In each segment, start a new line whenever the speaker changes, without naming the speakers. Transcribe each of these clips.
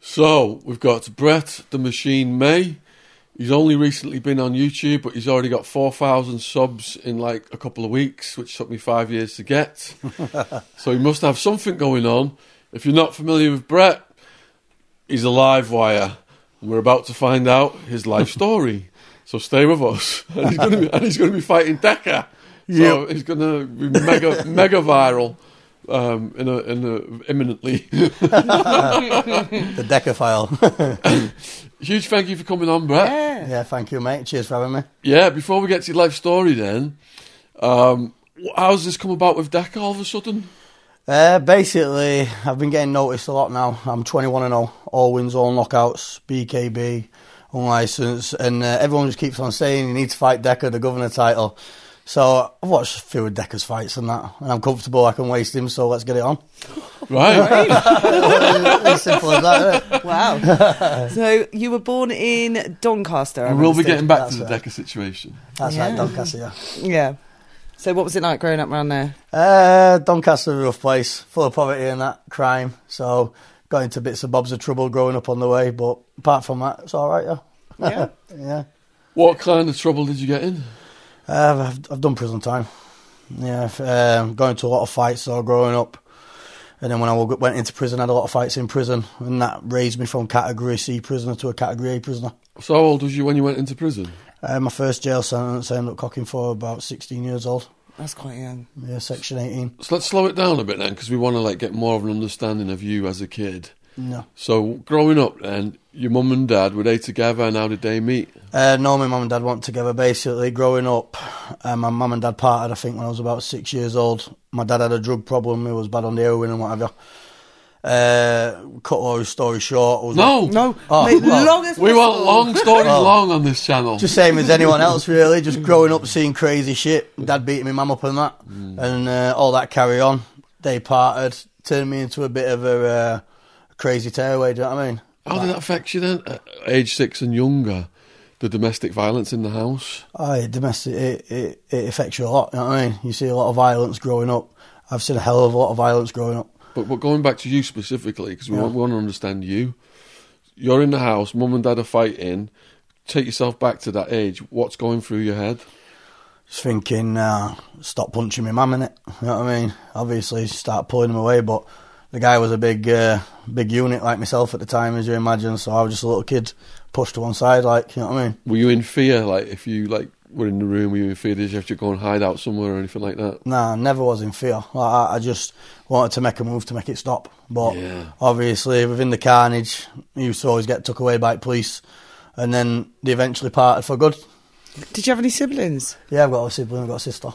So we've got Brett the Machine May. He's only recently been on YouTube, but he's already got 4,000 subs in like a couple of weeks, which took me five years to get. so he must have something going on. If you're not familiar with Brett, he's a live wire. And we're about to find out his life story. so stay with us. And he's going to be, and he's going to be fighting Decker. So he's going to be mega, mega viral um, in a, in a, imminently.
The decaphile.
Huge thank you for coming on, Brett.
yeah, thank you, mate. Cheers for having me.
Yeah, before we get to your life story, then, um, wh- how's this come about with DACA all of a sudden?
Uh, basically, I've been getting noticed a lot now. I'm 21 and 0, all wins, all knockouts, BKB, unlicensed, and uh, everyone just keeps on saying you need to fight Decker, the governor title. So I've watched a few of Decker's fights and that, and I'm comfortable I can waste him, so let's get it on.
Right.
as simple as that. innit?
Wow. so you were born in Doncaster. I
we'll be
understood.
getting back to
That's
the
right.
DACA situation.
That's right, Doncaster, yeah.
Yeah. So what was it like growing up around there?
Uh, Doncaster, a rough place, full of poverty and that crime. So got into bits and bobs of trouble growing up on the way, but apart from that, it's all right. Yeah,
Yeah.
yeah.
What kind of trouble did you get in?
Uh, I've, I've done prison time. Yeah, I've, um, going to a lot of fights all growing up, and then when I w- went into prison, I had a lot of fights in prison, and that raised me from category C prisoner to a category A prisoner.
So how old was you when you went into prison?
Uh, my first jail sentence I ended up cocking for about 16 years old.
That's quite young.
Yeah, section 18.
So let's slow it down a bit then, because we want to like get more of an understanding of you as a kid.
No.
So growing up, then your mum and dad were they together, and how did they meet?
Uh, no, my mum and dad weren't together. Basically, growing up, uh, my mum and dad parted. I think when I was about six years old. My dad had a drug problem. He was bad on the heroin and whatever. Uh, cut long story short, I was
No,
No,
Oh,
mate,
well,
long as
we want
possible.
long stories long on this channel.
Oh. just same as anyone else, really. Just growing up, seeing crazy shit. Dad beating my mum up and that, and uh, all that carry on. They parted, turned me into a bit of a uh, crazy tearaway. Do you know what I mean?
how did that affect you then? At age six and younger, the domestic violence in the house.
Oh, it domestic, it, it, it affects you a lot. You know what I mean? You see a lot of violence growing up. I've seen a hell of a lot of violence growing up.
But, but going back to you specifically, because we,
Yeah.
want, we want to understand you. You're in the house, mum and dad are fighting. Take yourself back to that age. What's going through your head?
Just thinking, uh, stop punching my mum in it. You know what I mean? Obviously, start pulling him away, but the guy was a big, uh, big unit like myself at the time, as you imagine. So I was just a little kid pushed to one side, like you know what I mean?
Were you in fear? Like if you like were in the room, were you in fear? Did you have to go and hide out somewhere or anything like that?
Nah, I never was in fear. Like, I, I just wanted to make a move to make it stop. But
Yeah.
obviously, within the carnage, he used to always get took away by police, and then they eventually parted for good.
Did you have any siblings,
Yeah, I've got a sibling, I've got a sister,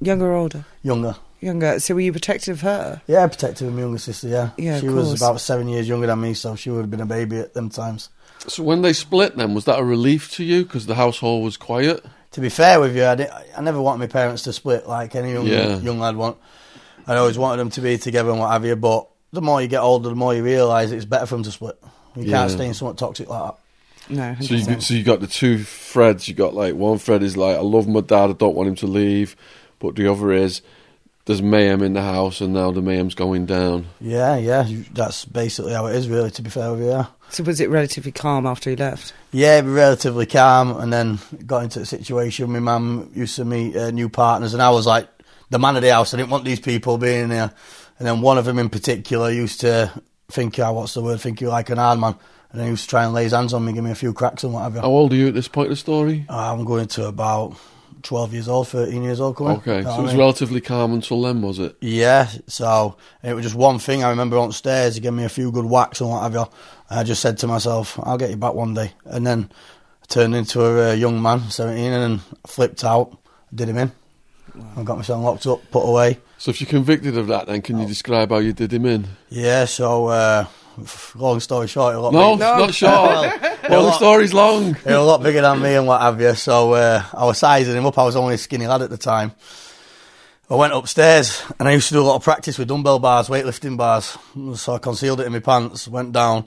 younger or older?
younger.
Younger. So were you protective of her?
Yeah, protective of my younger sister, yeah.
Yeah, of
she was
course.
about seven years younger than me, so she would have been a baby at them times.
So when they split, then was that a relief to you because the household was quiet?
To be fair with you, I, did, I never wanted my parents to split like any young,
Yeah.
young lad want. I always wanted them to be together and what have you, but the more you get older, the more you realise it's better for them to split. You
Yeah.
can't stay in something toxic like that.
No.
So you,
100%.
so you got the two threads. You got like one thread is like I love my dad, I don't want him to leave, but the other is there's mayhem in the house, and now the mayhem's going down.
Yeah, yeah, you- that's basically how it is, really, to be fair with you, yeah.
So was it relatively calm after he left?
Yeah, be relatively calm, and then got into the situation. My mum used to meet uh, new partners, and I was like the man of the house. I didn't want these people being here. And then one of them in particular used to think, uh, what's the word, think you like an hard man. And then he used to try and lay his hands on me, give me a few cracks and whatever.
How old are you at this point of the story?
Uh, I'm going to about 12 years old, 13 years old. Coming,
Okay,
You
so
know what
it
I
was
mean?
relatively calm until then, was it?
Yeah, so and it was just one thing I remember on stairs. He gave me a few good whacks and what have you. And I just said to myself, I'll get you back one day. And then I turned into a, uh young man, 17, and flipped out, did him in. I got myself locked up, put away.
So if you're convicted of that, then can
Oh.
you describe how you did him in?
Yeah, so uh, long story short, a lot
No,
big-
it's not short.
Well,
well, the
lot-
story's long.
He was a lot bigger than me and what have you. So uh, I was sizing him up. I was only a skinny lad at the time. I went upstairs and I used to do a lot of practice with dumbbell bars, weightlifting bars. So I concealed it in my pants, went down.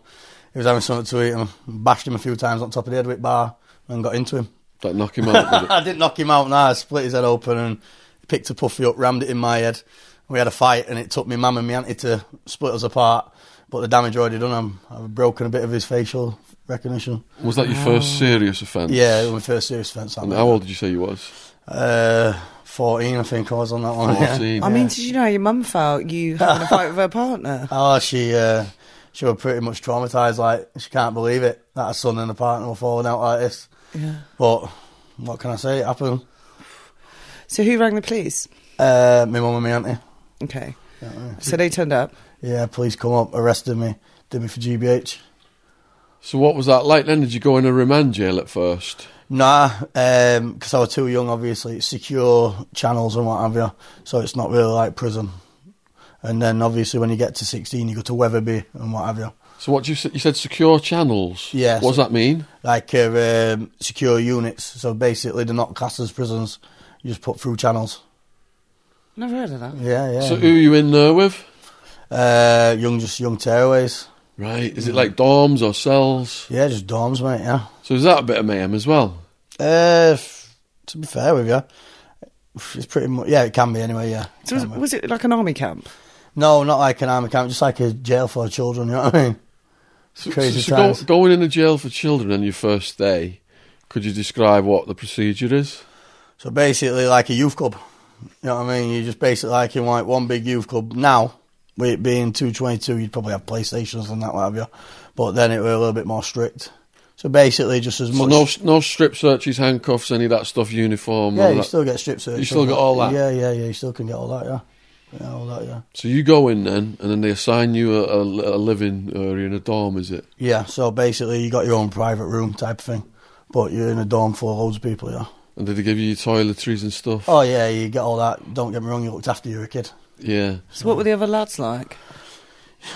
He was having something to eat and bashed him a few times on top of the head with bar and got into him.
That knock him out. did it?
I didn't knock him out, nah. I split his head open and picked a puffy up, rammed it in my head. We had a fight and it took me mum and me auntie to split us apart. But the damage already done, I'm, I've broken a bit of his facial recognition.
Was that your first serious offence?
Yeah, it was my first serious fence.
And how old did you say you was?
Uh, 14, I think I was on that one. yeah.
14.
I mean, did you know how your mum felt you having a fight with her partner?
Oh, she uh, she was pretty much traumatised. Like, she can't believe it that her son and her partner were falling out like this.
Yeah.
But what can I say? It happened.
So who rang the police?
Uh, my mum and my auntie.
Okay. So they turned up.
Yeah, police come up, arrested me, did me for GBH.
So what was that like then? Did you go in a remand jail at first?
Nah, because I was too young, obviously. It's secure channels and what have you, so it's not really like prison. And then, obviously, when you get to 16, you go to Weatherby and what have you.
So what you said? You said secure channels.
Yeah,
What does
so-
that mean?
like uh, um, secure units. So basically, they're not classed as prisons. You just put through channels.
Never heard of that.
Yeah, yeah.
So who are you in there with?
uh, young, just young tearaways.
Right. Is it like dorms or cells?
Yeah, just dorms, mate. Yeah.
So is that a bit of mayhem as well?
Uh, f- to be fair with you, it's pretty much yeah. It can be anyway. Yeah.
So was,
Can be.
was it like an army camp?
no, not like an army camp, just like a jail for children. You know what I mean?
So,
Crazy
so, so
times.
go, going in a jail for children on your first day, could you describe what the procedure is?
So basically, like a youth club. You know what I mean? You just basically like in like one big youth club. Now, with it being two twenty two, you'd probably have PlayStations and that what have you. But then it were a little bit more strict. So basically, just as
So
much.
no, no strip searches, handcuffs, any of that stuff, uniform. none
yeah,
of
you
that.
still get strip search.
You still got all that?
Yeah, yeah, yeah. You still can get all that. Yeah, yeah all that. Yeah.
So you go in then, and then they assign you a, a, a living area in a dorm, is it?
Yeah. So basically, you got your own private room type of thing, but you're in a dorm full of loads of people. Yeah.
And did they give you your toiletries and stuff?
Oh yeah, you get all that. Don't get me wrong. You looked after your kid.
Yeah.
So what were the other lads like?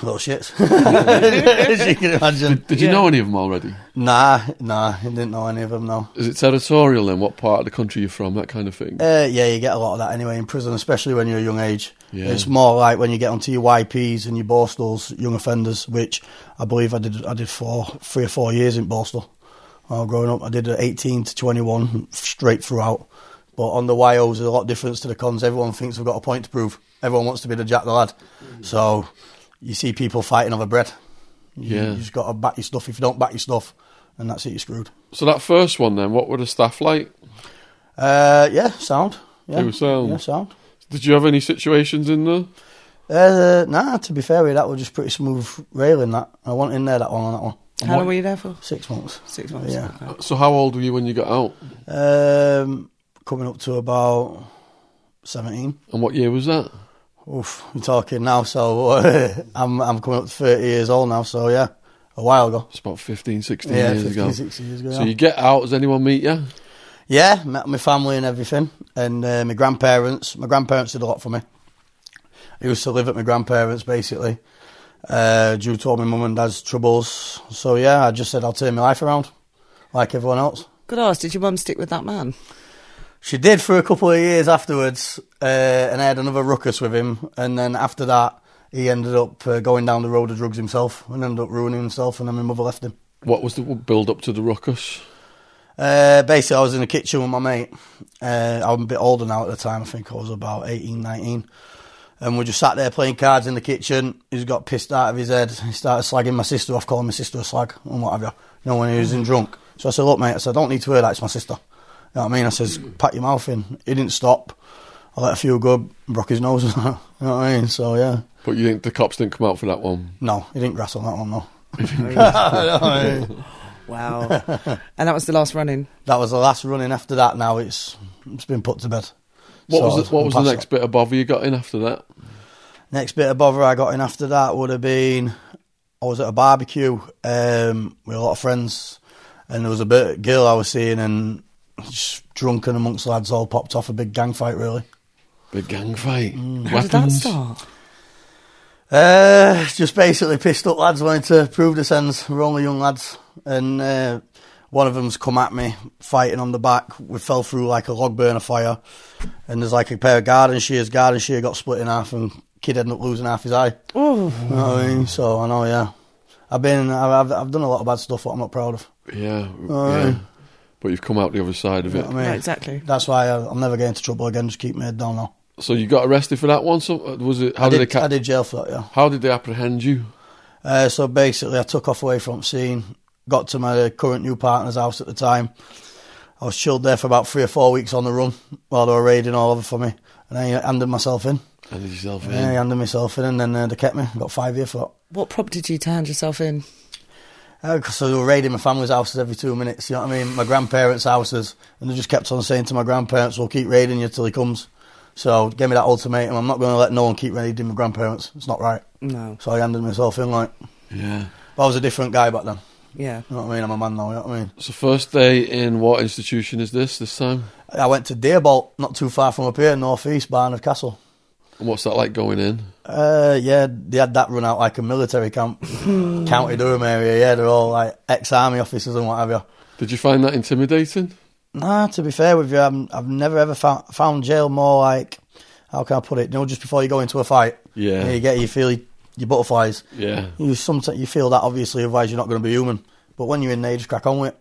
Little shits, as you can imagine.
Did you
Yeah.
know any of them already?
Nah, nah, I didn't know any of them. No.
Is it territorial then? What part of the country you're from? That kind of thing.
Uh, yeah, you get a lot of that anyway in prison, especially when you're a young age.
Yeah.
It's more like when you get onto your YPs and your Borstals, young offenders, which I believe I did. I did four, three or four years in Borstal. Uh, growing up, I did uh, 18 to 21 straight throughout. But on the YOs, there's a lot of difference to the cons. Everyone thinks we've got a point to prove. Everyone wants to be the Jack the Lad. So you see people fighting over bread. You,
Yeah.
you just got to back your stuff. If you don't back your stuff, then that's it. You're screwed.
So that first one then, what were the staff like?
Uh, yeah, sound. Yeah.
They were sound.
Yeah, sound.
Did you have any situations in there?
Uh, nah, to be fair with you, that was just pretty smooth railing. That I want in there. That one on that one.
How long were you there for?
Six months.
Six months.
Yeah.
Okay.
So how old were you when you got out?
Um, coming up to about seventeen.
And what year was that?
Oof, I'm talking now. So I'm I'm coming up to thirty years old now. So yeah, a while ago.
It's about 15, 16
Yeah,
years
15,
ago.
16 years ago.
So
yeah.
you get out, does anyone meet you?
Yeah, met my family and everything, and uh, my grandparents. My grandparents did a lot for me. I used to live at my grandparents basically, uh, due to all my mum and dad's troubles. So yeah, I just said I'll turn my life around, like everyone else.
Good ask. Did your mum stick with that man?
She did for a couple of years afterwards, uh, and I had another ruckus with him. And then after that, he ended up uh, going down the road of drugs himself, and ended up ruining himself. And then my mother left him.
What was the build up to the ruckus?
Uh, basically, I was in the kitchen with my mate. Uh, I'm a bit older now at the time. I think I was about 18, 19. And we just sat there playing cards in the kitchen. He's got pissed out of his head. He started slagging my sister off, calling my sister a slag and what have you. You know, when he was in drunk. So I said, look, mate, I said, I don't need to hear that. It's my sister. You know what I mean? I says, pat your mouth in. He didn't stop. I let a few go, broke his nose. you know what I mean? So, yeah.
But you think the cops didn't come out for that one?
No, he didn't grasp on that one, no.
Wow. and that was the last running.
That was the last running after that. Now it's it's been put to bed.
What
Sort
was
of,
the, what was the
past
next bit of bother you got in after that?
Next bit of bother I got in after that would have been I was at a barbecue um, with a lot of friends, and there was a bit girl I was seeing, and just drunken amongst lads, all popped off a big gang fight, really.
Big gang fight.
Mm.
How did that start?
Uh, just basically pissed up lads wanting to prove their sense. We're only young lads, and uh, one of them's come at me, fighting on the back. We fell through like a log burner fire, and there's like a pair of garden shears. Garden shear got split in half, and kid ended up losing half his eye.
Oh,
You know what I mean? So I know, yeah. I've been, I've, I've- I've done a lot of bad stuff that I'm not proud of.
Yeah, yeah.
Aye.
But you've come out the other side of
You
it.
know what Oh, I mean?
no, exactly.
That's why I, I'll never get into trouble again. Just keep my head down now.
So you got arrested for that one. So uh, was it? How
I
did,
did,
they? Ca-
I did jail for that, yeah.
How did they apprehend you?
Uh, so basically, I took off away from scene, got to my current new partner's house at the time. I was chilled there for about three or four weeks on the run while they were raiding all over for me. And I handed myself in.
And did yourself in.
Yeah, I handed myself in, and then uh, they kept me. Got five year for
What prompted you to hand yourself in?
that. Uh, 'cause so they were raiding my family's houses every two minutes, you know what I mean? My grandparents' houses. And they just kept on saying to my grandparents, we'll keep raiding you till he comes. So give me that ultimatum. I'm not going to let no one keep raiding my grandparents. It's not right.
No.
So I handed myself in, like.
Yeah.
But I was a different guy back then.
Yeah.
You know what I mean? I'm a man now, you know what I mean?
So first day in what institution is this? This time.
I went to Deerbolt, not too far from up here, northeast Barnard Castle.
And what's that like going in?
Uh, yeah, they had that run out like a military camp, County Durham area. Yeah, they're all like ex-army officers and what have you.
Did you find that intimidating?
Nah, to be fair with you, I'm, I've never ever found, found jail more like how can I put it? You know, just before you go into a fight,
Yeah.
you, know, you get you feel your butterflies.
Yeah.
You sometimes you feel that obviously, otherwise you're not going to be human. But when you're in there, you just crack on with it.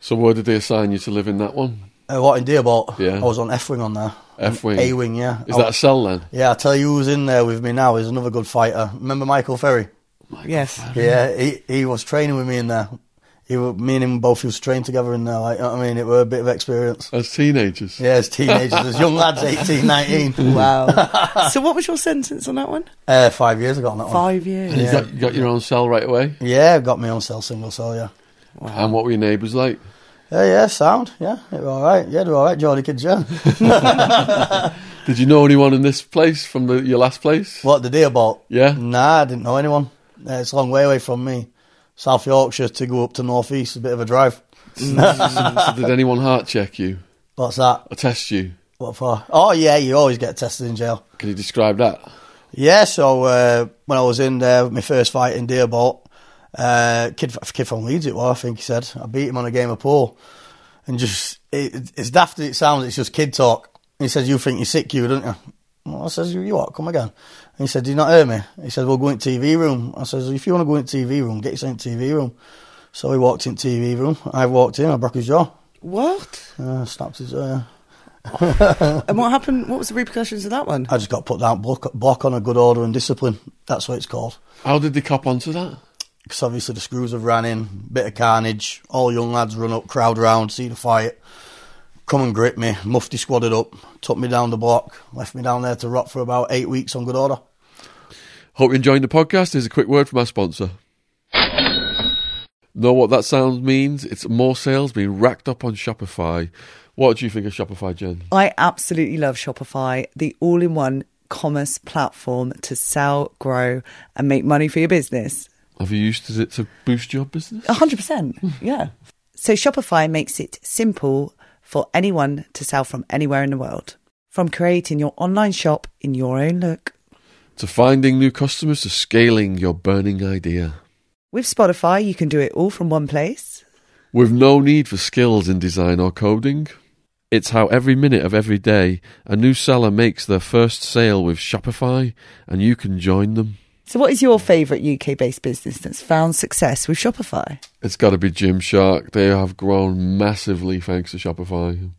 So where did they assign you to live in that one?
Uh, what in Deerbolt?
Yeah.
I was on F wing on there.
F wing.
A wing, yeah.
Is
I-
that a cell then?
Yeah, I tell you who's in there with me now is another good fighter. Remember Michael Ferry?
yes.
Yeah, he, he was training with me in there. He were, me and him both used to train together in there. Like, you know what I mean, it were a bit of experience.
As teenagers.
Yeah, as teenagers, as young lads, 18, 19.
Wow. so what was your sentence on that one?
Uh, five years ago on that one.
Five years.
And you got you got your own cell right away.
Yeah, got me on cell, single cell, yeah.
And what were your neighbours like?
Yeah, yeah, sound, yeah. They were all right. Yeah, they were all right, Jordy kids, yeah.
Did you know anyone in this place from the, your last place?
what, the deer bolt?
Yeah.
Nah, I didn't know anyone. Uh, it's a long way away from me. South Yorkshire to go up to North East is a bit of a drive.
So did anyone heart check you
What's that?
or test you?
What for? Oh, yeah, you always get tested in jail.
Can you describe that?
Yeah, so uh, when I was in there, my first fight in Deerbolt, uh, kid, kid from Leeds it was, I think he said. I beat him on a game of pool. And just, it, it's daft as it sounds, it's just kid talk. He says, you think you're sick, you, don't you? Well, I says, you you what, come again. And he said, do you not hear me? He said, well, go in TV room. I says, if you want to go in TV room, get yourself in TV room. So he walked in TV room. I walked in, I broke his jaw.
What?
Uh, snapped his, uh,
And what happened? What was the repercussions of that one?
I just got put down, block, block on a good order and discipline. That's what it's called.
How did they cop onto that?
because obviously the screws have ran in, bit of carnage. All young lads run up, crowd round, see the fight, come and grip me. Mufti squadded up, took me down the block, left me down there to rot for about eight weeks on good order.
Hope you're enjoying the podcast. Here's a quick word from our sponsor. Know what that sound means? It's more sales being racked up on Shopify. What do you think of Shopify, Jen?
I absolutely love Shopify, the all in one commerce platform to sell, grow, and make money for your business.
Have you used it to boost your business?
100%. Yeah. So Shopify makes it simple for anyone to sell from anywhere in the world. From creating your online shop in your own look.
To finding new customers, to scaling your burning idea.
With Spotify, you can do it all from one place.
With no need for skills in design or coding, it's how every minute of every day a new seller makes their first sale with Shopify and you can join them.
So, what is your favorite UK based business that's found success with Shopify?
It's got to be Gymshark. They have grown massively thanks to Shopify.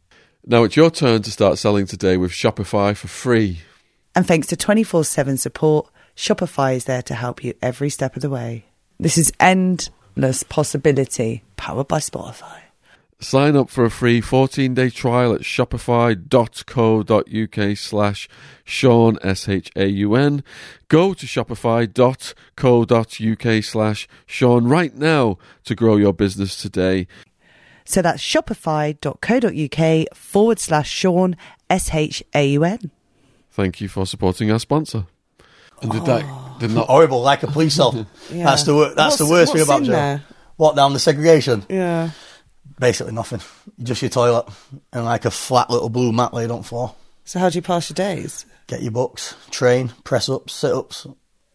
Now it's your turn to start selling today with Shopify for free.
And thanks to 24 7 support, Shopify is there to help you every step of the way. This is endless possibility powered by Spotify.
Sign up for a free 14 day trial at shopify.co.uk slash Sean, S H A U N. Go to shopify.co.uk slash Sean right now to grow your business today.
So that's shopify.co.uk forward slash Sean, S H A U N.
Thank you for supporting our sponsor. And did that, did not,
Horrible, like a police cell.
Yeah.
That's the wor- that's the
What's-
worst thing
what's
about
in
jail.
there?
What down the segregation?
Yeah.
Basically nothing. Just your toilet and like a flat little blue mat laid on the floor.
So how do you pass your days?
Get your books, train, press ups, sit ups.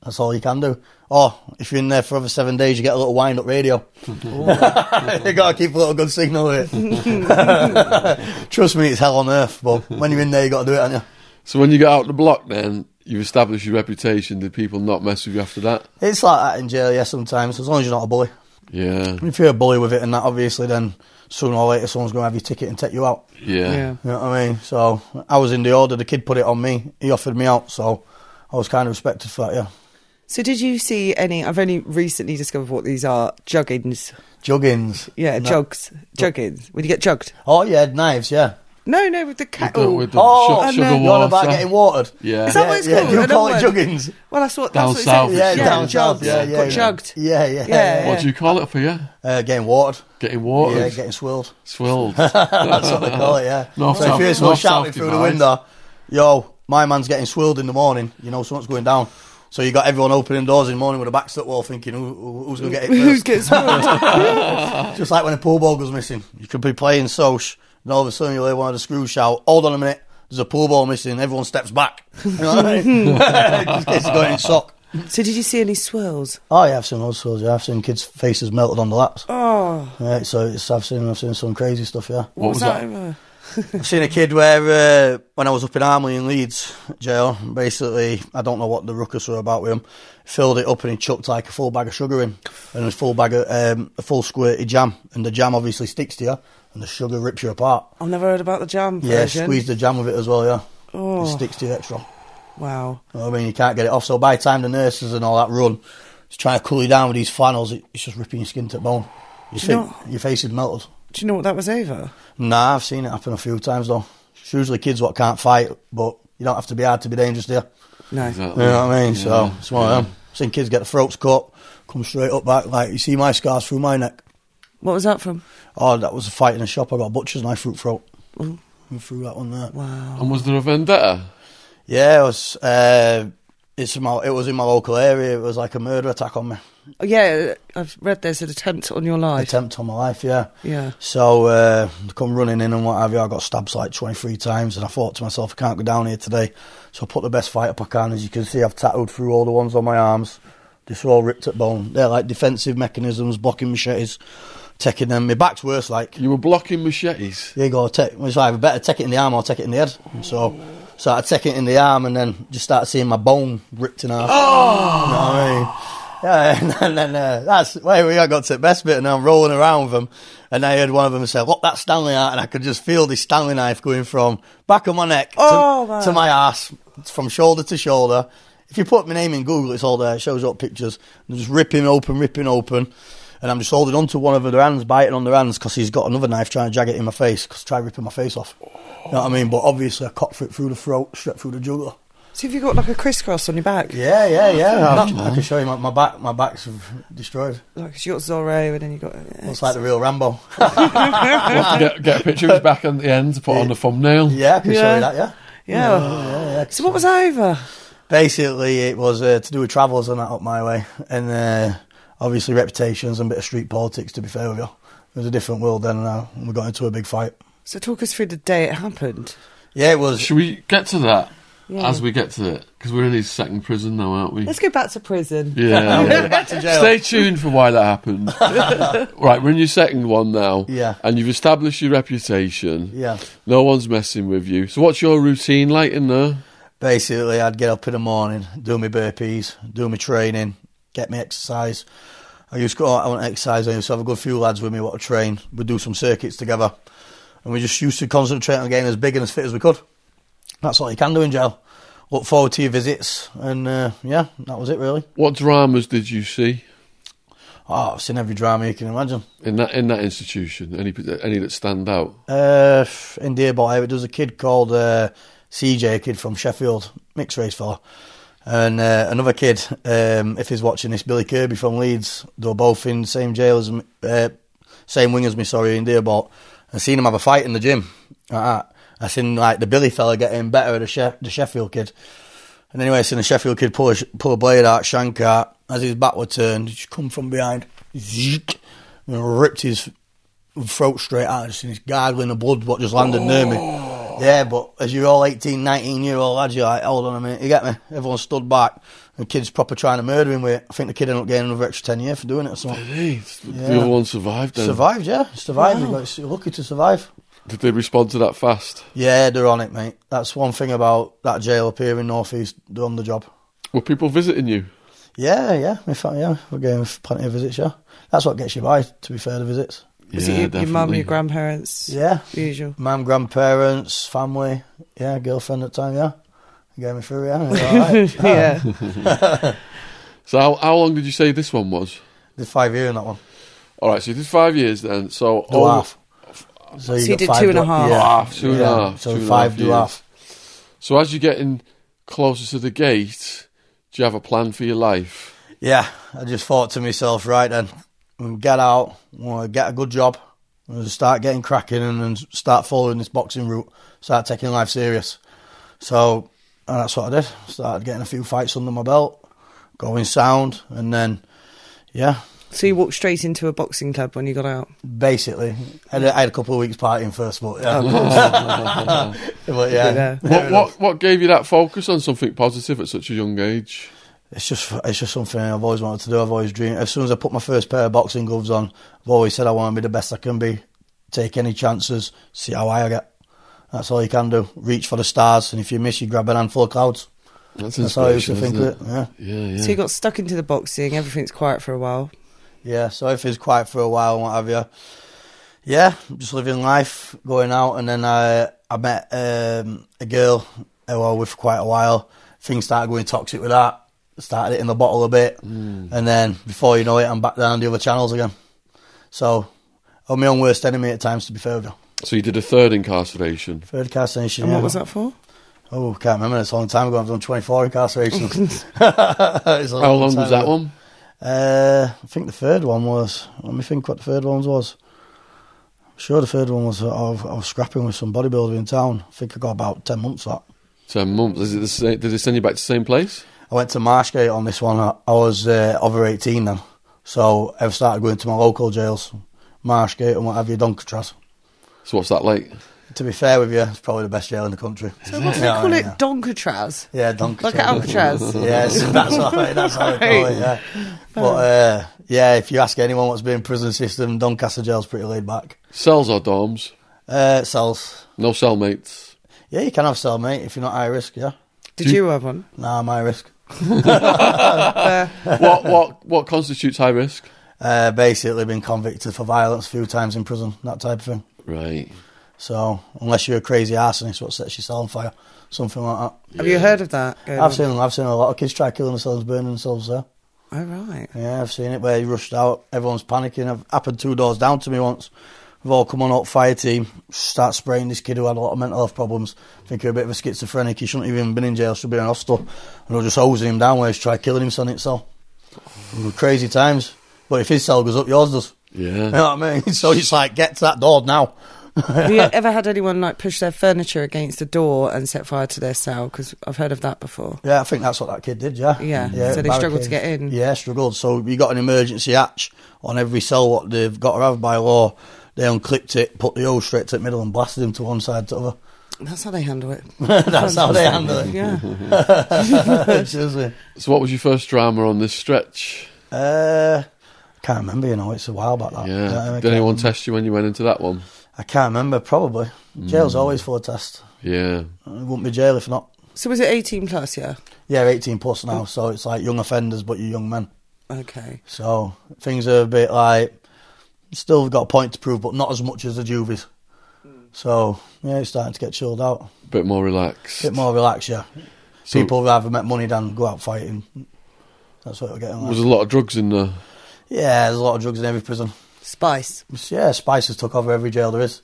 That's all you can do. Or if you're in there for over seven days, you get a little wind up radio. you got to keep a little good signal with it. Trust me, it's hell on earth. But when you're in there, you got to do it, haven't you?
so when you get out the block, then you've established your reputation. Did people not mess with you after that?
It's like that in jail, yeah, sometimes, as long as you're not a bully.
Yeah,
If you're a bully with it and that, obviously, then sooner or later someone's going to have your ticket and take you out.
yeah.
You know what I mean? So I was in the order, the kid put it on me, he offered me out, so I was kind of respected for that, yeah.
So did you see any? I've only recently discovered what these are. Juggins.
Juggins.
Yeah,
No-
jugs. Juggins. When you get jugged.
Oh, yeah, knives, yeah.
No, no, with the cat.
With the- with the
Oh,
shot
and
sugar
then-
You're on about
water.
getting watered.
Yeah.
Is that what it's
yeah,
called?
You
I don't
call it
know.
juggins.
Well, I thought that's
Down
what it
south,
said.
Yeah,
Yeah,
down south.
jugged.
Yeah, yeah,
got
yeah.
jugged.
Yeah, yeah,
Yeah.
yeah.
What do you call it up here?
Uh, getting watered.
Getting water,
Yeah, getting swilled.
swilled.
That's what they call it, yeah.
North
so
South-
if you're someone
North South
shouting through the
divide.
window, yo, my man's getting swilled in the morning, you know someone's going down. So you got everyone opening doors in the morning with a back to the wall thinking, Who, who- who's going to get it
Who
first?
gets what?
Just like when a pool ball goes missing. You could be playing Soch, and all of a sudden you hear one of the screws shout, hold on a minute, there's a pool ball missing, everyone steps back. You know what I mean? Just in case you're going in sock.
so did you see any swirls?
Oh yeah, I've seen loads of those, yeah. I've seen kids' faces melted on the laps.
Oh,
Yeah, so it's, I've seen I've seen some crazy stuff, yeah.
what was,
was
that?
that?
over?
I've seen a kid where uh, when I was up in Armley in Leeds jail, basically I don't know what the ruckus were about with him. Filled it up and he chucked like a full bag of sugar in, and a full bag of um, a full squirty jam, and the jam obviously sticks to you, and the sugar rips you apart.
I've never heard about the jam
Yeah,
version.
squeeze the jam with it as well. Yeah,
Oh.
it sticks to you extra. You
Wow.
know what I mean, you can't get it off. So by the time the nurses and all that run, just trying to cool you down with these flannels, it, it's just ripping your skin to the bone. Your,
Do you
fa- your face is melted.
Do you know what that was over?
Nah, I've seen it happen a few times though. It's usually kids what can't fight, but you don't have to be hard to be dangerous there.
No.
Exactly.
You know what I mean? So
Yeah.
it's one of them. Seen kids get the throats cut, come straight up back like you see my scars through my neck.
What was that from?
Oh, that was a fight in a shop. I got a butcher's knife through throat.
Mm.
And through that one there.
Wow.
And was there a vendetta?
Yeah, it was. Uh, it's in my, it was in my local area. It was like a murder attack on me,
Oh, yeah, I've read there's an attempt on your life.
attempt on my life. Yeah.
Yeah.
So uh, I come running in and what have you. I got stabbed like 23 times, and I thought to myself, I can't go down here today. So I put the best fight up I can. As you can see, I've tattooed through all the ones on my arms. These are all ripped at bone. They're like defensive mechanisms, blocking machetes, taking them. My back's worse. Like
You were blocking machetes.
you go, take, well, it's either better take it in the arm or take it in the head. So, so I take it in the arm and then just start seeing my bone ripped in half. Oh! You know what I mean? Yeah, and then, then uh, that's where we got to the best bit, and I'm rolling around with them. And I heard one of them say, Look, that Stanley out. And I could just feel this Stanley knife going from back of my neck to,
Oh, man.
to my ass, from shoulder to shoulder. If you put my name in Google, it's all there. It shows up pictures. And just ripping open, ripping open. And I'm just holding onto one of their hands, biting on their hands, because he's got another knife trying to jag it in my face, because try ripping my face off. You know what I mean? But obviously, I cut through, through the throat, straight through the jugular.
So have you got like a crisscross on your back?
Yeah, yeah, yeah. I, I can show you my, my back. My back's destroyed.
Like 'cause you got Zorro and then you got.
Looks like the real Rambo.
We'll have to get, get a picture of his back at the end to put on the thumbnail.
Yeah, I can show
Yeah.
you that. Yeah.
yeah.
Yeah, yeah.
So what was that over?
Basically, it was uh, to do with travels and that up my way, and uh, obviously reputations and a bit of street politics. To be fair with you, it was a different world then and now, and we got into a big fight.
So talk us through the day it happened.
Yeah, it was.
Should we get to that
Yeah.
as we get to it? Because we're in his second prison now, aren't we?
Let's go back to prison.
yeah. yeah.
back to jail.
Stay tuned for why that happened. right, we're in your second one now.
Yeah.
And you've established your reputation.
Yeah.
No one's messing with you. So what's your routine like in there?
Basically, I'd get up in the morning, do my burpees, do my training, get my exercise. I used to go out on exercise. I used to have a good few lads with me what I train. We'd do some circuits together, and we just used to concentrate on getting as big and as fit as we could. That's all you can do in jail. Look forward to your visits, and uh, yeah, that was it really.
What dramas did you see?
Oh, I've seen every drama you can imagine.
in that in that institution? Any any that stand out?
Uh, f- in Dearborn, there was a kid called uh, CJ, a kid from Sheffield, mixed race fella. And uh, another kid, um, if he's watching this, Billy Kirby from Leeds. They were both in same jail as me, uh, same wing as me, sorry, in Dearborn. I seen him have a fight in the gym. Like that. I seen like the Billy fella getting better at the, She- the Sheffield kid. And anyway, I seen the Sheffield kid pull a, sh- pull a blade out, Shankar, as his back were turned, he just come from behind, zeek, and ripped his throat straight out. I just seen his gargling of blood, what just landed near me. Yeah, but as you're all 18, 19 year old lads, you're like, hold on a minute, you get me? Everyone stood back, and the kid's proper trying to murder him with it. I think the kid ended up getting another extra 10 years for doing it or something.
Hey, it's-
Yeah.
the other one survived. Then.
Survived, yeah, survived. He got- You're lucky to survive.
Did they respond to that fast?
Yeah, they're on it, mate. That's one thing about that jail up here in North East, they're on the job.
Were people visiting you?
Yeah, yeah. In fact, yeah, we're getting plenty of visits. Yeah, that's what gets you by. To be fair, the visits.
Was
Yeah,
it your, your mum,
definitely.
your grandparents?
Yeah,
The usual.
mum, grandparents, family. Yeah, girlfriend at the time. Yeah, you gave me through. Yeah, it was all right.
yeah.
So how, how long did you say this one was?
did five year in that one.
All right, so you did five years then. So
Do half. So
you
got
did
five
two and
do-
a half.
Yeah.
Oh. Half, two and a half,
So
two and a
five
half
do
years.
half.
so as you're getting closer to the gate, do you have a plan for your life?
Yeah, I just thought to myself, right then, I'm gonna get out, I'm gonna get a good job, I'm gonna start getting cracking and then start following this boxing route, start taking life serious. So and that's what I did. Started getting a few fights under my belt, going sound, and then yeah,
So you walked straight into a boxing club when you got out.
basically, I had, I had a couple of weeks partying first, but yeah, but
Yeah.
Oh, yeah,
What, what what gave you that focus on something positive at such a young age?
It's just it's just something I've always wanted to do. I've always dreamed. As soon as I put my first pair of boxing gloves on, I've always said I want to be the best I can be. Take any chances, see how high I get. That's all you can do. Reach for the stars, and if you miss, you grab an handful of clouds.
That's
That's how I used
inspiration,
to think of
isn't
it. Yeah,
Yeah, yeah.
So you got stuck into the boxing. Everything's quiet for a while.
yeah. So if it's quiet for a while and what have you, yeah, just living life, going out, and then I I met um, a girl I was with for quite a while. Things started going toxic with that. Started hitting the bottle a bit,
Mm.
and then before you know it, I'm back down the other channels again. So I'm my own worst enemy at times. To be fair with you,
so you did a third incarceration.
third incarceration.
And
yeah.
what was that for?
Oh, can't remember. It's a long time ago. I've done 24 incarcerations. Oh,
How long was that one?
Uh, I think the third one was. Let me think what the third one was. I'm sure the third one was. uh, I was, I was scrapping with some bodybuilder in town. I think I got about ten months. That
Ten months. Is it the same, did they send you back to the same place?
I went to Marshgate on this one. I, I was uh, over eighteen then, so I've started going to my local jails, Marshgate and what have you, Doncaster.
So what's that like?
To be fair with you, it's probably the best jail in the country.
So what do they
Yeah,
call it?
yeah.
Doncatraz.
Yeah, Doncaster.
Like Alcatraz.
yes, that's all right. That's all right. Call it, yeah. But uh, yeah, if you ask anyone what's been in prison system, Doncaster jail's pretty laid back.
Cells or dorms?
Uh, cells.
No cellmates.
Yeah, you can have cellmate if you're not high risk, yeah.
Did you have one? Uh,
Nah, I'm high risk.
what what what constitutes high risk?
Uh, basically, been convicted for violence a few times in prison, that type of thing.
Right.
So, unless you're a crazy arsonist, what sets your cell on fire? Something like that.
Have you heard of that? going on?
I've seen, I've seen a lot of kids try killing themselves, burning themselves there.
Oh right.
Yeah, I've seen it where he rushed out, everyone's panicking. I've happened two doors down to me once. We've all come on up, fire team, start spraying this kid who had a lot of mental health problems. Think you're a bit of a schizophrenic, he shouldn't have even been in jail, should be in hostel. And we're just hosing him down where he's tried killing himself in his cell. It was Crazy times. But if his cell goes up, yours does. You
Yeah.
know what I mean? So it's like, get to that door now.
Have you ever had anyone like push their furniture against a door and set fire to their cell? Because I've heard of that before.
Yeah, I think that's what that kid did. Yeah,
Yeah, so they struggled to get in.
Yeah, struggled. So you got an emergency hatch on every cell. What they've got to have by law, they unclipped it, put the O straight to the middle, and blasted him to one side to the other.
That's how they handle it.
that's how they handle it.
Yeah.
Seriously.
So what was your first drama on this stretch?
Uh, can't remember. You know, it's a while back. That.
Yeah.
I
Did anyone
can't-
test you when you went into that one?
I can't remember. Probably
Hmm.
jail's always for a test.
Yeah.
It wouldn't be jail if not.
So was it 18 plus? Yeah.
Yeah, eighteen plus now, so it's like young offenders, but you're young men.
Okay.
So things are a bit like still got a point to prove, but not as much as the Juvies. So yeah, it's starting to get chilled out.
Bit more relaxed.
A bit more relaxed, yeah.
So-
People rather make money than go out fighting. That's what we're getting. Like.
Was there a lot of drugs in there?
Yeah, there's a lot of drugs in every prison.
Spice.
It's- Yeah, Spice has took over every jail there is.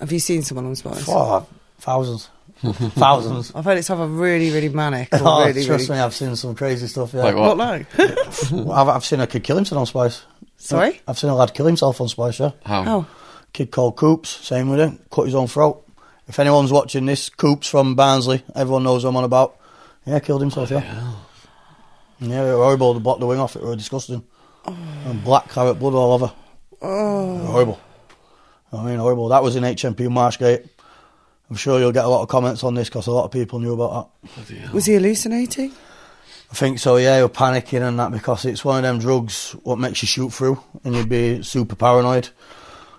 Have you seen someone on Spice?
Oh, thousands. thousands.
I've heard it's either really, really manic or
Oh,
really,
trust
really.
me, I've seen some crazy stuff. Yeah.
Like what?
What, no?
I've, I've seen a kid kill himself on Spice.
Sorry?
I've seen a lad kill himself on Spice, yeah.
How?
Oh.
Kid called Coops, same with him, cut his own throat. If anyone's watching this, Coops from Barnsley, everyone knows who I'm on about. Yeah, killed himself, yeah. Yeah, it was horrible. They blocked the wing off, it was disgusting. And black carrot blood all over. Oh. Horrible. I mean, horrible. That was in HMP Marshgate. I'm sure you'll get a lot of comments on this because a lot of people knew about that.
Was he hallucinating?
I think so, yeah, you're panicking and that because it's one of them drugs what makes you shoot through and you'd be super paranoid.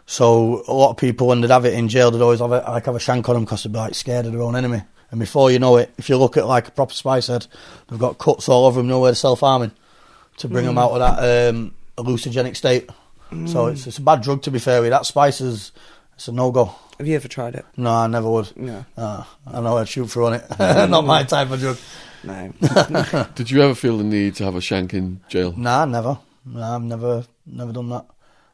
So a lot of people when they'd have it in jail they'd always have a, like have a shank on them because they'd be like scared of their own enemy. And before you know it, if you look at like a proper spice head, they've got cuts all over them, nowhere to self harming to bring them out of that um, hallucinogenic state. So it's it's a bad drug to be fair with. That spice is it's a no go.
Have you ever tried it?
No, I never would.
No.
Uh, I know I'd shoot through on it. Not my type of drug.
No.
Did you ever feel the need to have a shank in jail?
Nah, never. Nah, I've never, never done that.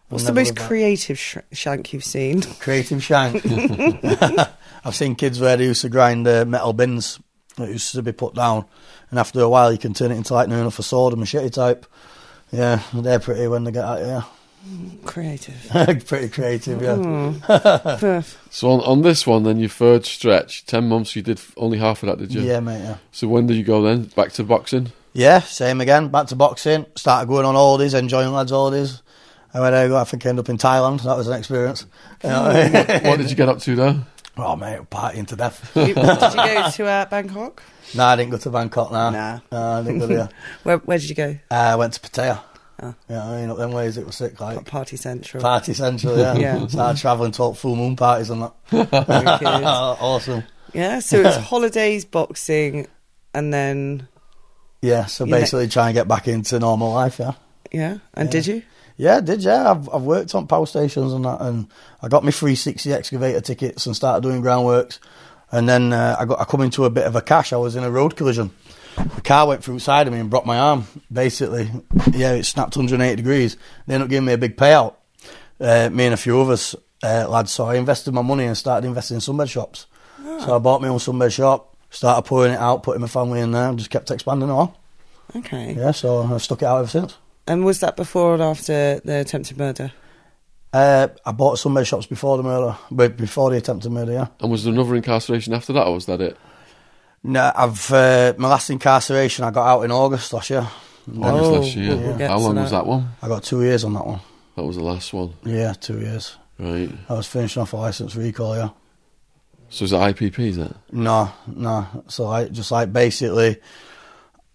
What's
I've
the
never
most
done
creative sh- shank you've seen?
that. creative shank? I've seen kids where they used to grind uh, metal bins that used to be put down, and after a while you can turn it into like near enough a sword and machete type. Yeah, they're pretty when they get out. Yeah,
creative.
pretty creative. Yeah,
Hmm.
So on, on this one, then your third stretch, ten months, you did f- only half of that, did you?
yeah, mate. Yeah.
So when did you go then? Back to boxing.
Yeah, same again. Back to boxing. Started going on holidays, enjoying lads' holidays. And when I go, I think I ended up in Thailand. That was an experience. You know?
What did you get up to there?
oh, mate, partying to death.
Did you go to uh, Bangkok?
No, I didn't go to Bangkok. Nah,
Nah.
nah I didn't go there.
Where, where did you go?
uh, I went to Pattaya.
Oh.
Yeah, I mean, up them ways it was sick, like
Party Central.
party central. Yeah,
Yeah.
started travelling to all full moon parties and that.
Very good.
awesome.
yeah, so it's holidays, boxing, and then,
Yeah, so
Yeah.
basically try and get back into normal life. Yeah,
yeah. And did you?
yeah, I did yeah. I've I've worked on power stations and that, and I got my 360 excavator tickets and started doing groundworks. And then uh, I got I come into a bit of a cash. I was in a road collision. The car went through side of me and broke my arm. Basically, yeah, it snapped 180 degrees. They ended up giving me a big payout. Uh, me and a few others uh, lads. So I invested my money and started investing in sunbed shops. So I bought my own sunbed shop. Started pouring it out, putting my family in there, and just kept expanding it on.
Okay.
Yeah, so I've stuck it out ever since.
And was that before or after the attempted murder?
Uh, I bought some of shops before the murder, but before the attempted murder. Yeah.
And was there another incarceration after that, or was that it?
No, I've uh, my last incarceration. I got out in August last year. Oh.
August last year.
we'll get
How
to
long was that one?
I got two years on that one.
That was the last one,
Yeah, two years.
right?
I was finishing off a license recall. Yeah.
So is it IPP? Is that?
No, no. So I just like basically,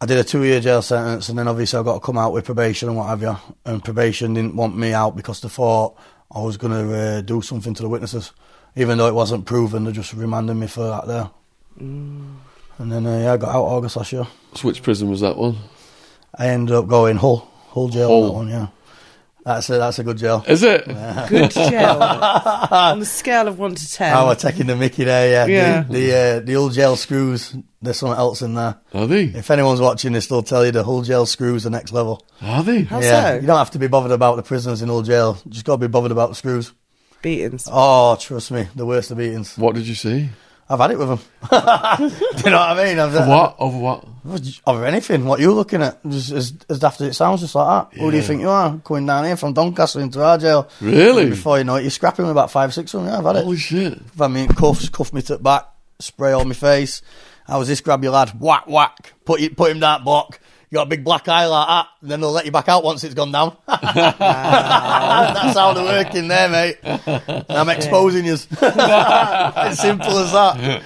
I did a two-year jail sentence, and then obviously I got to come out with probation and what have you. And probation didn't want me out because they thought I was going to uh, do something to the witnesses, even though it wasn't proven. They just remanded me for that there. And then uh, yeah, I got out August last year.
So which prison was that one?
I ended up going Hull, Hull jail. on
Hull.
That one, yeah. That's a that's a good jail.
Is it?
Good jail. On the scale of 1 to 10.
I was taking the Mickey there, yeah.
Yeah.
The the, uh, the old jail screws. There's something else in there.
Are they?
If anyone's watching this, they'll tell you the whole jail screws the next level.
Are they?
How
yeah,
so?
you don't have to be bothered about the prisoners in old jail. You just got to be bothered about the screws.
Beatings.
Oh, trust me, the worst of beatings.
What did you see?
I've had it with them. Do you know what I mean? I've,
What over what?
Over anything, what you looking at? Just, as, as daft as it sounds, just like that. Who do you
Yeah.
think you are? Coming down here from Doncaster into our jail.
Really?
And before you know it, you're scrapping with about five, six of them. Yeah, I've had it.
Holy shit!
I mean, cuffs, cuff me to the back, spray on my face. I was this grab your lad, whack, whack, put you, put him down block. You got a big black eye like that, and then they'll let you back out once it's gone down. That's how they work in there, mate. And I'm exposing you. it's simple as that.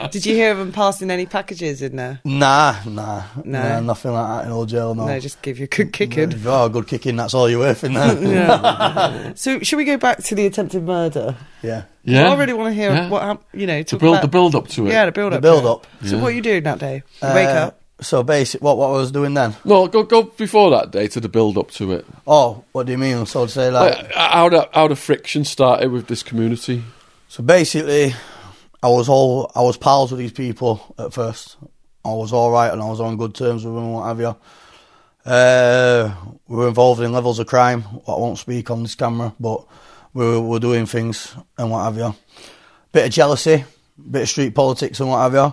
Oh.
Did you hear of them passing any packages in there?
Nah, nah, no. nothing like that in old jail, no.
No, just give you a good kicking.
If you are a good kicking, that's all you're worth in there.
So, should we go back to the attempted murder?
yeah.
Yeah.
I really want to hear
Yeah.
what hap- you know.
the
talk
build
about-
the build up to it.
Yeah, the build
The
up.
build up.
So,
Yeah.
what are you doing that day? You wake
Uh,
up.
So, basic, what, what I was doing then?
No, go go before that day to the build up to it.
Oh, what do you mean? So, to say, like,
Like, how the how the friction started with this community.
So basically, I was all I was pals with these people at first. I was all right and I was on good terms with them and what have you. Uh, we were involved in levels of crime. I won't speak on this camera, but we were, were doing things and what have you. Bit of jealousy, bit of street politics and what have you.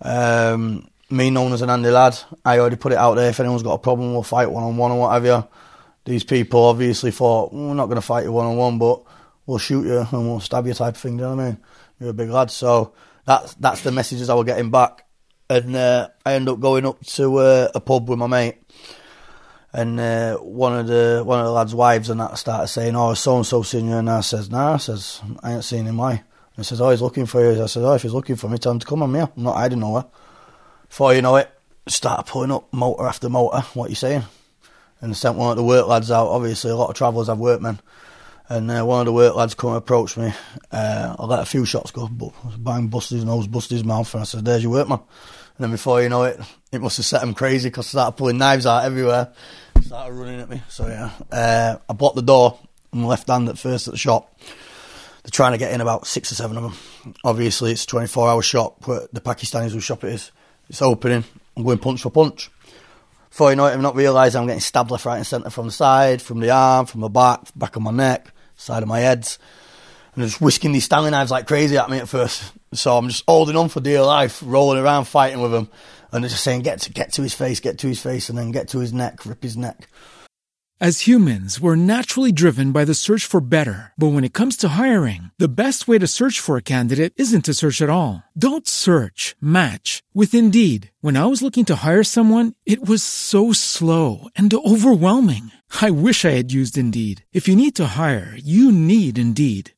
Um, me known as an Andy lad, I already put it out there. If anyone's got a problem, we'll fight one on one and what have you. These people obviously thought "Mm, we're not going to fight you one on one, but we'll shoot you and we'll stab you type of thing. Do you know what I mean? You're a big lad, so that's that's the messages I were getting back. And uh, I end up going up to uh, a pub with my mate, and uh, one of the one of the lads' wives and that started saying, "Oh, so and so seen you," and I says, "Nah," I says, "I ain't seen him. Why?" And he says, "Oh, he's looking for you." I says, "Oh, if he's looking for me, tell him to come on me. I'm not hiding nowhere." Before you know it, start pulling up motor after motor. What you saying? And sent one of the work lads out. Obviously, a lot of travellers have workmen, and uh, one of the work lads come and approached me. Uh, I let a few shots go, but bang, busted his nose, busted his mouth, and I said, "There's your workman." And then before you know it, it must have set him crazy because started pulling knives out everywhere, started running at me. So yeah, uh, I blocked the door and left hand at first at the shop. They're trying to get in about six or seven of them. Obviously, it's a 24 hour shop, where the Pakistanis whose shop it is. It's opening. I'm going punch for punch. Before you know it, I've not realised I'm getting stabbed left, right, and centre from the side, from the arm, from the back, back of my neck, side of my head. And they're just whisking these Stanley knives like crazy at me at first. So I'm just holding on for dear life, rolling around fighting with them. And they're just saying, get to, get to his face, get to his face, and then get to his neck, rip his neck.
As humans, we're naturally driven by the search for better. But when it comes to hiring, the best way to search for a candidate isn't to search at all. Don't search, match with Indeed. When I was looking to hire someone, it was so slow and overwhelming. I wish I had used Indeed. If you need to hire, you need Indeed.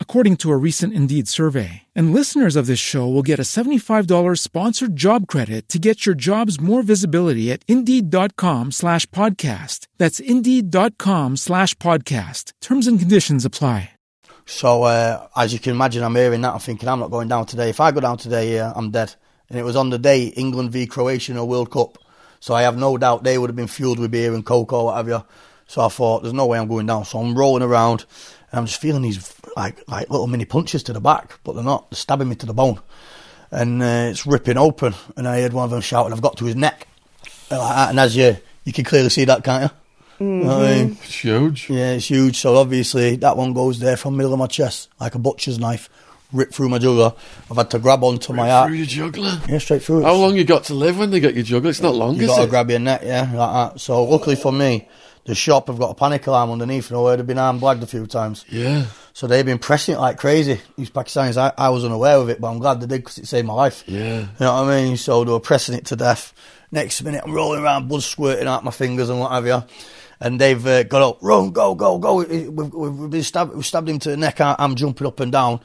according to a recent Indeed survey. And listeners of this show will get a $75 sponsored job credit to get your jobs more visibility at Indeed.com slash podcast. That's Indeed.com slash podcast. Terms and conditions apply.
So uh, as you can imagine, I'm hearing that. I'm thinking, I'm not going down today. If I go down today, yeah, I'm dead. And it was on the day England v Croatia in a World Cup. So I have no doubt they would have been fueled with beer and coke or whatever. So I thought, there's no way I'm going down. So I'm rolling around and I'm just feeling these like like little mini punches to the back, but they're not. They're stabbing me to the bone. And uh, it's ripping open. And I heard one of them shouting, I've got to his neck. And, like that. and as you, you can clearly see that, can't you? You know what I mean?
It's huge.
Yeah, it's huge. So obviously that one goes there from middle of my chest, like a butcher's knife, ripped through my jugular. I've had to grab onto my
Through
heart.
your juggler.
Yeah, straight through. it.
How long you got to live when they get your juggler? It's not long,
You
is
got to
it?
grab your net, yeah, like that. So luckily for me, the shop have got a panic alarm underneath, and I've been armed blagged a few times.
yeah.
So they've been pressing it like crazy. These Pakistanis, I, I was unaware of it, but I'm glad they did because it saved my life.
Yeah.
You know what I mean? So they were pressing it to death. Next minute, I'm rolling around, blood squirting out my fingers and what have you. And they've uh, got up, run, go, go, go. We've, we've, we've been stabbed, we've stabbed him to the neck. I, I'm jumping up and down,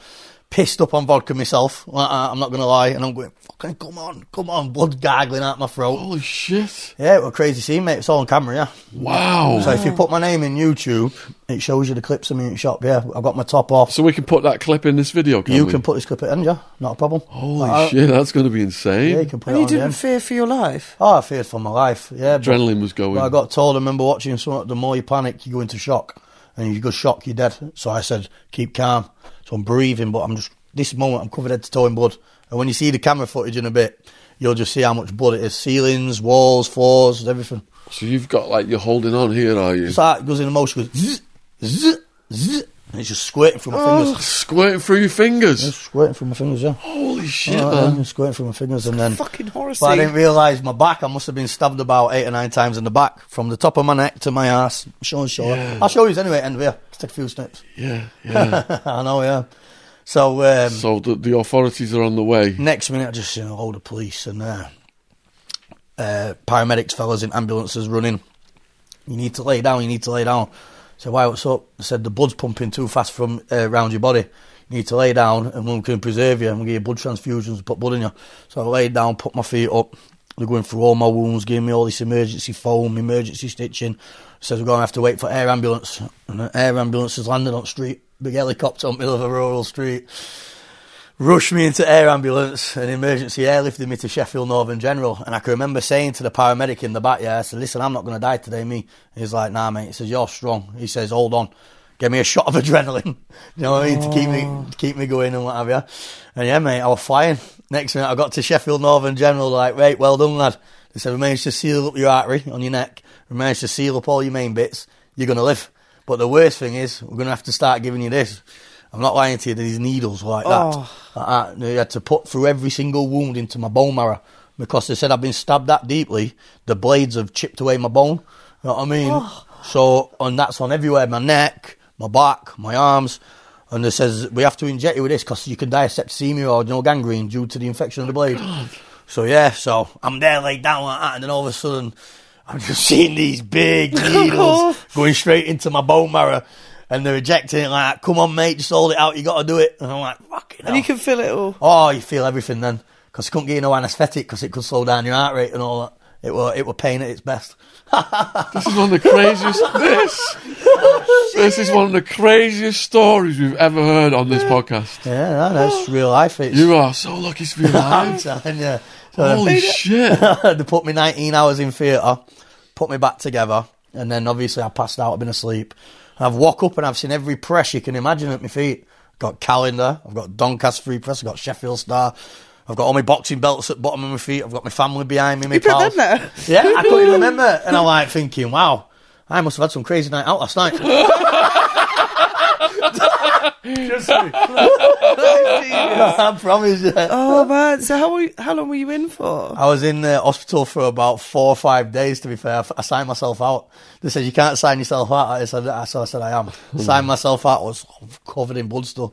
pissed up on vodka myself. Like that, I'm not going to lie. And I'm going, fucking come on, come on, blood gargling out my throat.
Holy shit.
Yeah, it was a crazy scene, mate. It's all on camera, yeah.
Wow.
So if you put my name in YouTube, it shows you the clips of me in the shop. Yeah, I've got my top off.
So we can put that clip in this video, can
You
we?
can put this clip at end, yeah, not a problem.
Holy
Like, I-
shit, that's going to be insane.
Yeah, you can put
And
it on
you
the
didn't
end.
fear for your life.
Oh, I feared for my life. Yeah, but,
Adrenaline was going.
but I got told. I remember watching something. The more you panic, you go into shock, and if you go shock, you're dead. So I said, keep calm. So I'm breathing, but I'm just this moment I'm covered head to toe in blood. And when you see the camera footage in a bit, you'll just see how much blood it is: ceilings, walls, floors, everything.
so you've got like you're holding on here, are you?
It's like it goes in a motion, goes zzz, zzz, zzz, and it's just squirting through my
Oh,
fingers.
squirting through your fingers.
It's squirting through my fingers, yeah.
Holy shit,
Like that,
man.
it's Oh, squirting through my fingers, and then
Fucking horror
But I didn't
scene.
realise my back. I must have been stabbed about eight or nine times in the back, from the top of my neck to my ass. Show and shoulder. I'll show you anyway. End of here. Just take a few snaps.
Yeah, yeah.
I know, yeah. So um,
so the, the authorities are on the way.
next minute, I just seen a load of police and uh, uh, paramedics, fellas in ambulances running. You need to lay down. You need to lay down. I said, why? What's up? I said the blood's pumping too fast from uh, around your body. You need to lay down, and we can preserve you and we give you blood transfusions, put blood in you. So I laid down, put my feet up, They're going through all my wounds, giving me all this emergency foam, emergency stitching. Says we're going to have to wait for air ambulance. And an air ambulance has landed on street. Big helicopter on the middle of a rural street. Rushed me into air ambulance and emergency airlifted me to Sheffield Northern General. And I can remember saying to the paramedic in the back, yeah, I said, listen, I'm not going to die today, me. He's like, nah, mate. He says, you're strong. He says, hold on. Give me a shot of adrenaline. you know what I mean? To keep me to keep me going and what have you. And yeah, mate, I was flying. Next minute, I got to Sheffield Northern General, like, right, well done, lad. They said, we managed to seal up your artery on your neck. We managed to seal up all your main bits. You're going to live. But the worst thing is, we're going to have to start giving you this. I'm not lying to you, these needles like
Oh.
that. Like that. They had to put through every single wound into my bone marrow because they said I've been stabbed that deeply, the blades have chipped away my bone. You know what I mean? So, and that's on everywhere my neck, my back, my arms. And they says, we have to inject you with this because you can die of septicemia or you know, gangrene due to the infection of the blade. So, yeah, so I'm there laid down like that, and then all of a sudden, I'm just seeing these big needles going straight into my bone marrow. And they're ejecting it like, come on, mate, just hold it out, you got to do it. And I'm like, fucking hell.
And you can feel it all.
Oh, you feel everything then, because you couldn't get you no anaesthetic because it could slow down your heart rate and all that. It were it were pain at its best.
This is one of the craziest. this, this is one of the craziest stories we've ever heard on this podcast.
Yeah, no, that's real life. It's
You are so lucky to be
I'm
alive.
telling you. So
Holy shit!
they put me 19 hours in theatre, put me back together, and then obviously I passed out. I've been asleep. I've woke up and I've seen every press you can imagine at my feet. I've got calendar. I've got Doncaster Free Press. I've got Sheffield Star. I've got all my boxing belts at the bottom of my feet. I've got my family behind me. My
You put
pals.
them there.
Yeah, I couldn't even remember. And I'm like thinking, wow, I must have had some crazy night out last night. Just me. I promise you.
Oh man! So how were you, how long were you in for?
I was in the hospital for about four or five days, to be fair. I f- I signed myself out. They said, You can't sign yourself out. I said, I- So I said, I am. signed myself out. I was covered in blood stuff.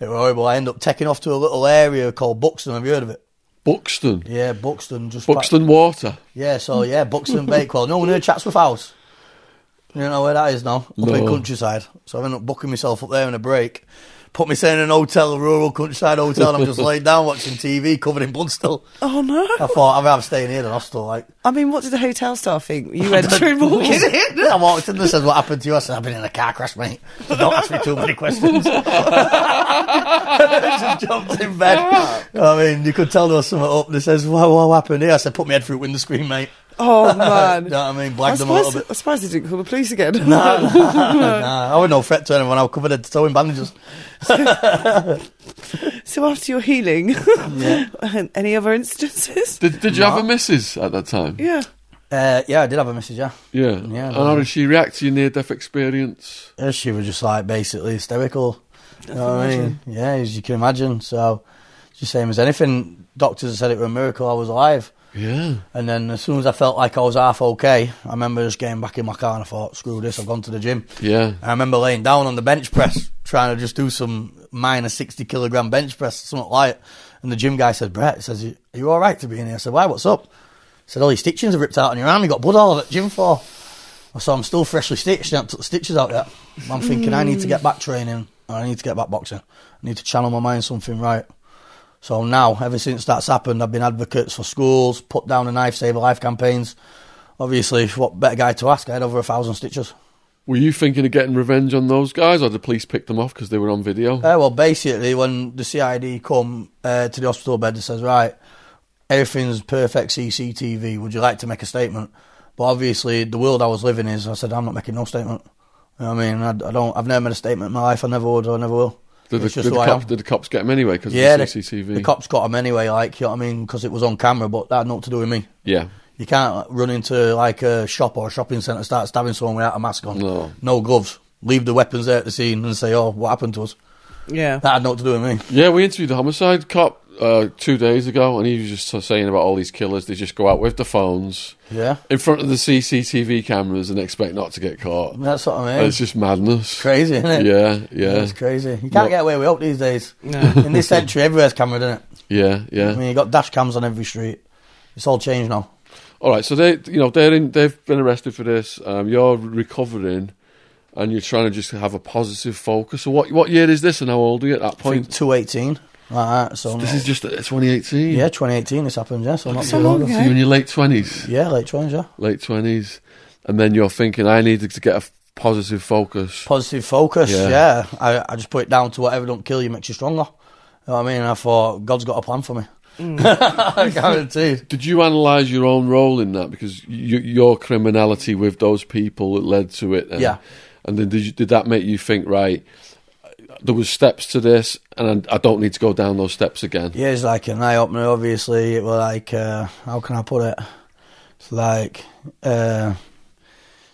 It was horrible. I ended up taking off to a little area called Buxton. Have you heard of it?
Buxton,
Yeah, Buxton. Just back-
Buxton Water.
yeah, so yeah, Buxton Bakewell. No one heard Chatsworth House. You know where that is now? Up in
No.
countryside. So I ended up booking myself up there in a break. Put myself in an hotel, a rural countryside hotel, and I'm just laid down watching TV covered in blood still.
Oh no!
I thought, I'd rather stay in here than hostel. Like,
I mean, what did the hotel staff think? You went through walking in.
I walked in and says, What happened to you? I said, I've been in a car crash, mate. So don't ask me too many questions. just jumped in bed. I mean, you could tell there was something up. They says, what, what happened here? I said, Put my head through the window screen, mate.
Oh
You
man!
know what I mean?
I
Blagged them a little
suppose,
bit.
uh, I suppose they didn't call the police again.
Nah, I was no threat to anyone. I was covered head to toe in bandages.
So after your healing, any other instances?
Did, did you have a missus at that time?
Yeah.
Uh, yeah, I did have a message, yeah.
Yeah.
Yeah,
And how did she react to your near death experience?
Uh, She was just like basically hysterical. You know what I mean? Yeah, as you can imagine. So, just same as anything. Doctors said it was a miracle I was alive.
Yeah.
And then as soon as I felt like I was half okay, I remember just getting back in my car and I thought, screw this, I've gone to the gym.
Yeah.
I remember laying down on the bench press, trying to just do some minor 60 kilogram bench press, something light. And the gym guy said, Brett, he says, are you all right to be in here? I said, why, what's up? He said, all your stitchings have ripped out on your arm, you got blood all over it, gym floor. So I'm still freshly stitched, I haven't took the stitches out yet. I'm thinking, I need to get back training, or I need to get back boxing. I need to channel my mind something right. So now, ever since that's happened, I've been advocates for schools, put down a knife, save a life campaigns. Obviously, what better guy to ask? I had over a thousand stitches.
Were you thinking of getting revenge on those guys, or the police picked them off because they were on video?
Uh, well, basically, when the CID come uh, to the hospital bed and says, right, everything's perfect CCTV, would you like to make a statement? But obviously, the world I was living is, I said, I'm not making no statement. You know what I mean? I, I don't, I've never made a statement in my life, I never would, I never will.
did, the,
It's just
did, the
who I
cops,
am.
did the cops get them anyway because
Yeah,
of the
the,
CCTV?
the cops got him anyway, like, you know what I mean? Because it was on camera, but that had nothing to do with me.
Yeah.
You can't like, run into like a shop or a shopping centre and start stabbing someone without a mask on.
No.
No gloves. Leave the weapons there at the scene and say, oh, what happened to us?
Yeah.
That had nothing to do with me.
Yeah, we interviewed the homicide cop uh, two days ago, and he was just saying about all these killers. They just go out with the phones
Yeah.
in front of the CCTV cameras and expect not to get caught.
That's what I
And
mean.
It's just madness.
crazy, isn't it?
Yeah, yeah,
It's crazy. You can't
What-
get away with it these days.
No.
In this century, everywhere's camera, isn't it?
yeah,
I
yeah.
mean, you got dash cams on every street. It's all changed now.
All right, so they, you know, they're in, they've been arrested for this. Um, you're recovering, and you're trying to just have a positive focus. So, what what year is this, and how old are you at that
I think
point?
218. like that. So
This
no.
is just 2018.
yeah, 2018 this happened. Yeah, so not
So
too
long
long.
ago.
ago.
So you're in your late 20s.
Yeah, late 20s. Yeah,
Late 20s. And then you're thinking, I needed to get a f- positive focus.
positive focus.
Yeah.
Yeah, I, I just put it down to whatever don't kill you makes you stronger. You know what I mean? And I thought God's got a plan for me. Guaranteed.
Did you analyse your own role in that? Because you, your criminality with those people that led to it. then?
Yeah.
And then did, you, did that make you think, right, there was steps to this and I, I don't need to go down those steps again?
Yeah, it's like an eye opener. Obviously, it was like uh, how can I put it? It's like uh,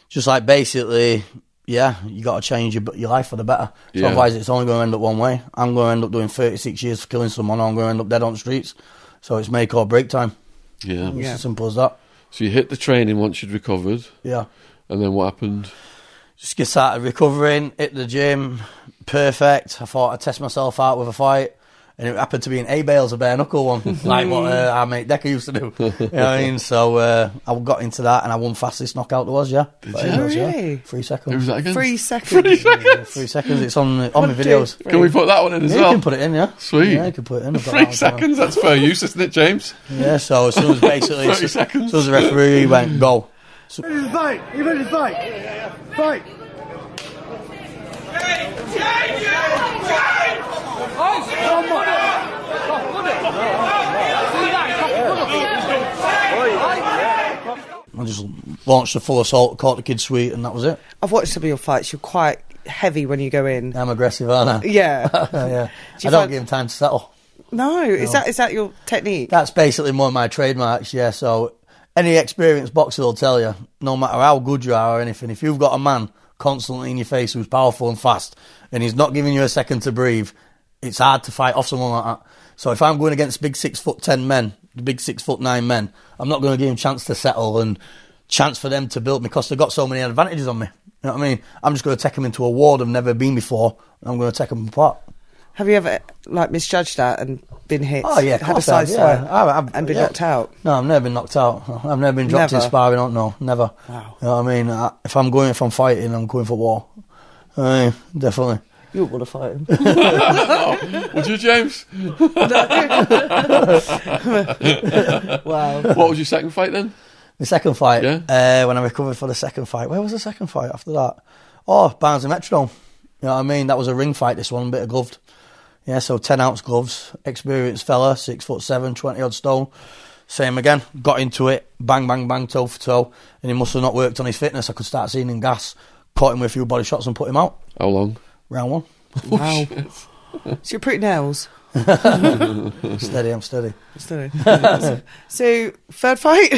just like basically, yeah, you got to change your your life for the better. So
Yeah.
Otherwise, it's only going to end up one way. I'm going to end up doing 36 years for killing someone. Or I'm going to end up dead on the streets. So it's make or break time.
Yeah.
It's
Yeah.
as simple as that.
So you hit the training once you'd recovered.
Yeah.
And then what happened?
Just get started recovering, hit the gym, perfect. I thought I'd test myself out with a fight. And it happened to be an A Bales, a bare knuckle one, like what uh, our mate Decker used to do. you know what I mean? So uh, I got into that and I won fastest knockout there was, yeah. Did
you?
Really?
Three
Who was
seconds.
that again?
Three seconds.
Yeah, three seconds. It's on on my videos.
Can we put that one in as
Yeah,
well?
you can put it in, yeah.
Sweet.
Yeah, you can put it in. I've got that
Three
on camera.
seconds, that's fair use, isn't it, James?
Yeah, so as soon as basically,
30
as soon
seconds.
as the referee went go,
fight. You ready to fight? Fight.
I just launched a full assault, caught the kid sweet, and that was it.
I've watched some of your fights. You're quite heavy when you go in.
I'm aggressive, aren't I?
Yeah.
yeah.
Do you
I don't
find-
give him time to settle.
No, is that is that your technique?
That's basically one of my trademarks, yeah. So any experienced boxer will tell you, no matter how good you are or anything, if you've got a man constantly in your face who's powerful and fast and he's not giving you a second to breathe, it's hard to fight off someone like that. So if I'm going against big six foot ten men, the big six foot nine men, I'm not going to give him chance to settle and chance for them to build me because they've got so many advantages on me. You know what I mean? I'm just going to take them into a war they've never been before and I'm going to take them apart.
Have you ever like misjudged that and been hit?
Oh yeah, of
had a
course
side
I have,
swipe
yeah. I- I've-
and been
yeah.
knocked out.
No, I've never been knocked out. I've never been dropped
Never?
in sparring. Don't know, never.
Wow.
You know what I mean? I, if I'm going, if I'm fighting, I'm going for war. I mean, definitely.
You wouldn't want to fight him.
Would you, James?
wow.
What was your second fight then?
The second fight,
Yeah.
uh, when I recovered for the second fight, where was the second fight after that? Oh, Barnes and Metrodome. You know what I mean? That was a ring fight. This one, a bit of gloved. Yeah, so ten ounce gloves. Experienced fella, six foot seven, 20 odd stone. Same again. Got into it. Bang, bang, bang, toe for toe. And he must have not worked on his fitness. I could start seeing him gas. Caught him with a few body shots and put him out.
How long?
Round one.
Wow. so you're pretty nails.
steady, I'm steady.
Still. so third fight. Do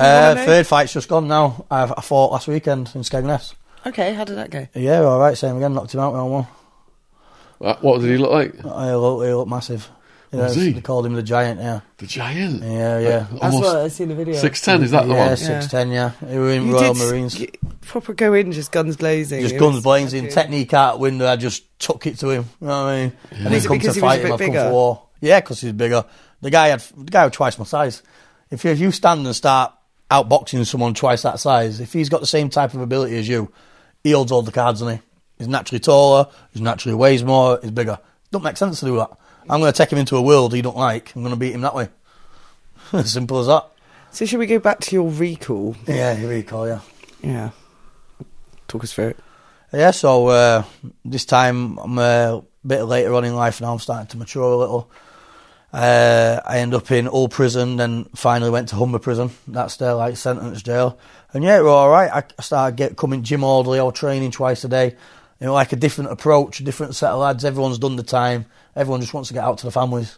Uh,
wanna know?
third fight's just gone now. I, I fought last weekend in Skegness.
Okay, how did that go?
Yeah, all right. Same again. Knocked him out round one.
Uh, What did he look like?
He looked, he looked massive. You know,
Was he?
They called him the giant. Yeah,
The giant.
yeah, yeah.
Like, almost
I see in the video.
six ten. Is that the
yeah,
one?
six ten. Yeah, he were in
You
Royal
did s-
Marines.
you proper go in just guns blazing.
just
It
guns
was-
blazing,
okay.
technique out window. I just took it to him. You know what I mean? And
Was
he
it
come to
because he was a
fight
bit
him. I've come
bigger?
for war. Yeah, because he's bigger. The guy had the guy was twice my size. If you, if you stand and start outboxing someone twice that size, if he's got the same type of ability as you, he holds all the cards on he. He's naturally taller. He's naturally weighs more. He's bigger. Don't make sense to do that. I'm going to take him into a world he don't like. I'm going to beat him that way. Simple as that.
So should we go back to your recall?
Yeah, here we call yeah.
Yeah. Talk us through it.
Yeah, so uh, this time I'm uh, a bit later on in life now. I'm starting to mature a little. Uh, I end up in Old Prison, then finally went to Humber Prison. That's their like sentence jail. And yeah, it were all right. I started get coming gym orderly. I was training twice a day. You know, like a different approach, a different set of lads. Everyone's done the time. Everyone just wants to get out to the families.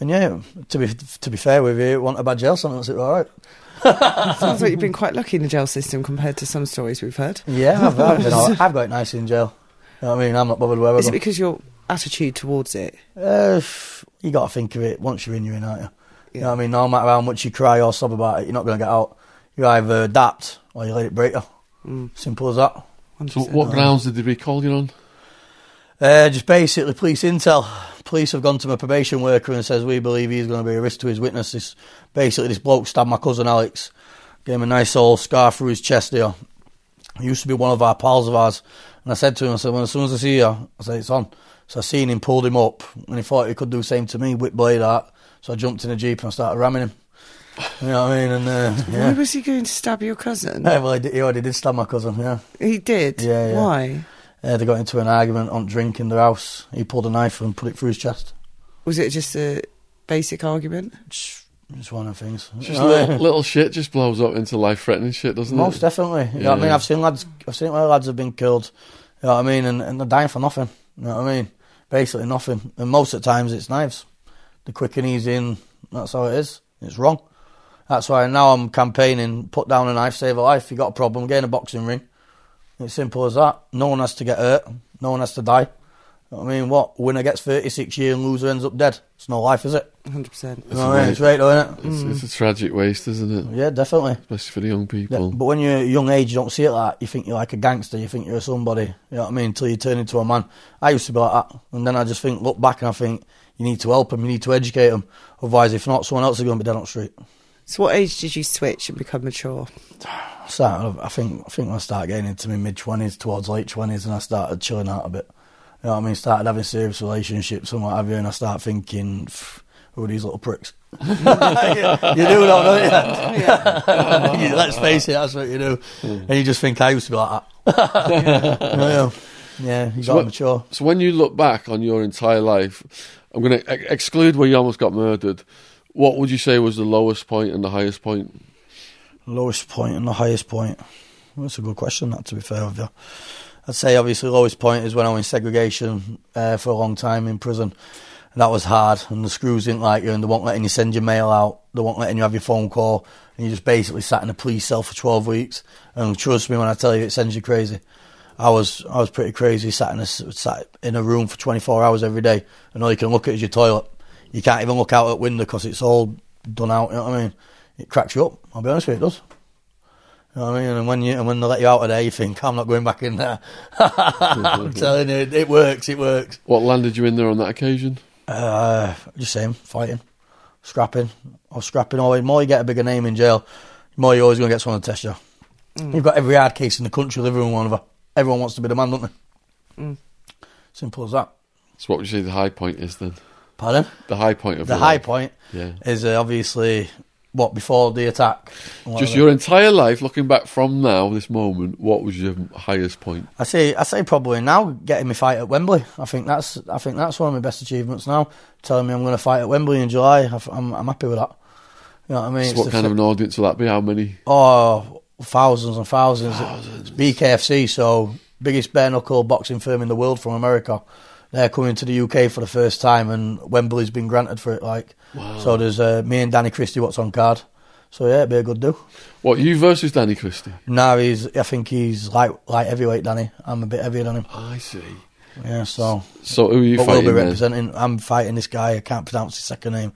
And yeah, to be to be fair with you, it wasn't a bad jail sentence. It was all right.
Sounds like you've been quite lucky in the jail system compared to some stories we've heard.
Yeah, I've, I've, been all right. I've got it nice in jail. You know what I mean? I'm not bothered where I
Is
go.
it because your attitude towards it?
Uh, f- you got to think of it once you're in, you're in, aren't you? You know what I mean? No matter how much you cry or sob about it, you're not going to get out. You either adapt or you let it break you. Simple as that.
So what grounds did they recall you on?
Uh, just basically police intel. Police have gone to my probation worker and says we believe he's going to be a risk to his witnesses. Basically, this bloke stabbed my cousin Alex, gave him a nice old scar through his chest here. He used to be one of our pals of ours, and I said to him, I said, well, as soon as I see you, I said it's on. So I seen him, pulled him up, and he thought he could do the same to me, whip blade art. So I jumped in a jeep and I started ramming him. You know what I mean? And uh,
Why
yeah.
was he going to stab your cousin?
Yeah, well, he, did, he already did stab my cousin. Yeah,
He did.
Yeah, yeah.
Why?
uh, they got into an argument on drink in the house. He pulled a knife and put it through his chest.
Was it just a basic argument?
It's it's one of the things. You
Just
know what I mean?
little, Oh, little shit just blows up into life threatening shit, doesn't
Most
it?
definitely. You know what I mean?
Yeah.
I've seen lads, I've seen where lads have been killed. You know what I mean? And, and they're dying for nothing. You know what I mean? Basically nothing. And most of the times it's knives. The quick and easy, and that's how it is. It's wrong. That's why now I'm campaigning. Put down a knife, save a life. You got a problem? Get in a boxing ring. It's simple as that. No one has to get hurt. No one has to die. You know what I mean, what winner gets 36 years and loser ends up dead? It's no life, is it?
100%.
You know what I mean? It's right, isn't it?
It's, it's a tragic waste, isn't it?
Mm. Oh, Yeah, definitely.
Especially for the young
Yeah,
people.
but when you're at a young age, you don't see it like that. You think you're like a gangster. You think you're somebody. You know what I mean? Until you turn into a man. I used to be like that, and then I just think, look back, and I think you need to help them. You need to educate them. Otherwise, if not, someone else is going to be dead on the street.
So, what age did you switch and become mature?
I started, I think, I think when I started getting into my mid twenties, towards late twenties, and I started chilling out a bit. You know what I mean? Started having serious relationships and what have you, and I start thinking, "Pff, who are these little pricks? you do know, don't you? You- Let's face it, that's what you do. And you just think, I used to be like that. yeah. yeah, you got
what-
mature.
So when you look back on your entire life, I'm going to ex- exclude where you almost got murdered. What would you say was the lowest point and the highest point?
Lowest point and the highest point. Well, that's a good question, that, to be fair with you. I'd say, obviously, lowest point is when I was in segregation uh, for a long time in prison. And that was hard, and the screws didn't like you, and they weren't letting you send your mail out. They weren't letting you have your phone call, and you just basically sat in a police cell for 12 weeks. And trust me when I tell you, it sends you crazy. I was I was pretty crazy, sat in a, s- sat in a room for 24 hours every day, and all you can look at is your toilet. You can't even look out at window because it's all done out. You know what I mean? It cracks you up. I'll be honest with you, it does. You know what I mean? And when you and when they let you out of there, you think I'm not going back in there. I'm telling you, it, it works. It works.
What landed you in there on that occasion?
Uh, just same fighting, scrapping, or scrapping. Always, the more you get a bigger name in jail, the more you're always going to get someone to test you. You've got every hard case in the country living with one of them. Everyone wants to be the man, don't they? Simple as that.
So what would you say the high point is then?
Pardon?
The high point of
The
your
high
life.
point
Yeah.
is uh, obviously what before the attack. and
Just
whatever.
your entire life, looking back from now, this moment, what was your highest point?
I say, I say, probably now getting me fight at Wembley. I think that's, I think that's one of my best achievements now. Telling me I'm going to fight at Wembley in July, I, am I'm happy with that. You know what I mean?
So
It's
what
the
kind of
fi-
an audience will that be? How many?
Oh, thousands and thousands. It's BKFC, so biggest bare knuckle boxing firm in the world from America. They're coming to the UK for the first time, and Wembley's been granted for it. Like, so there's uh, me and Danny Christie. What's on card? So yeah, it'd be a good do.
What you versus Danny Christie?
Now he's, I think he's light, light heavyweight. Danny, I'm a bit heavier than him.
I see.
Yeah, so
So who are you
but we'll
fighting? uh,
be
then?
representing. I'm fighting this guy. I can't pronounce his second name.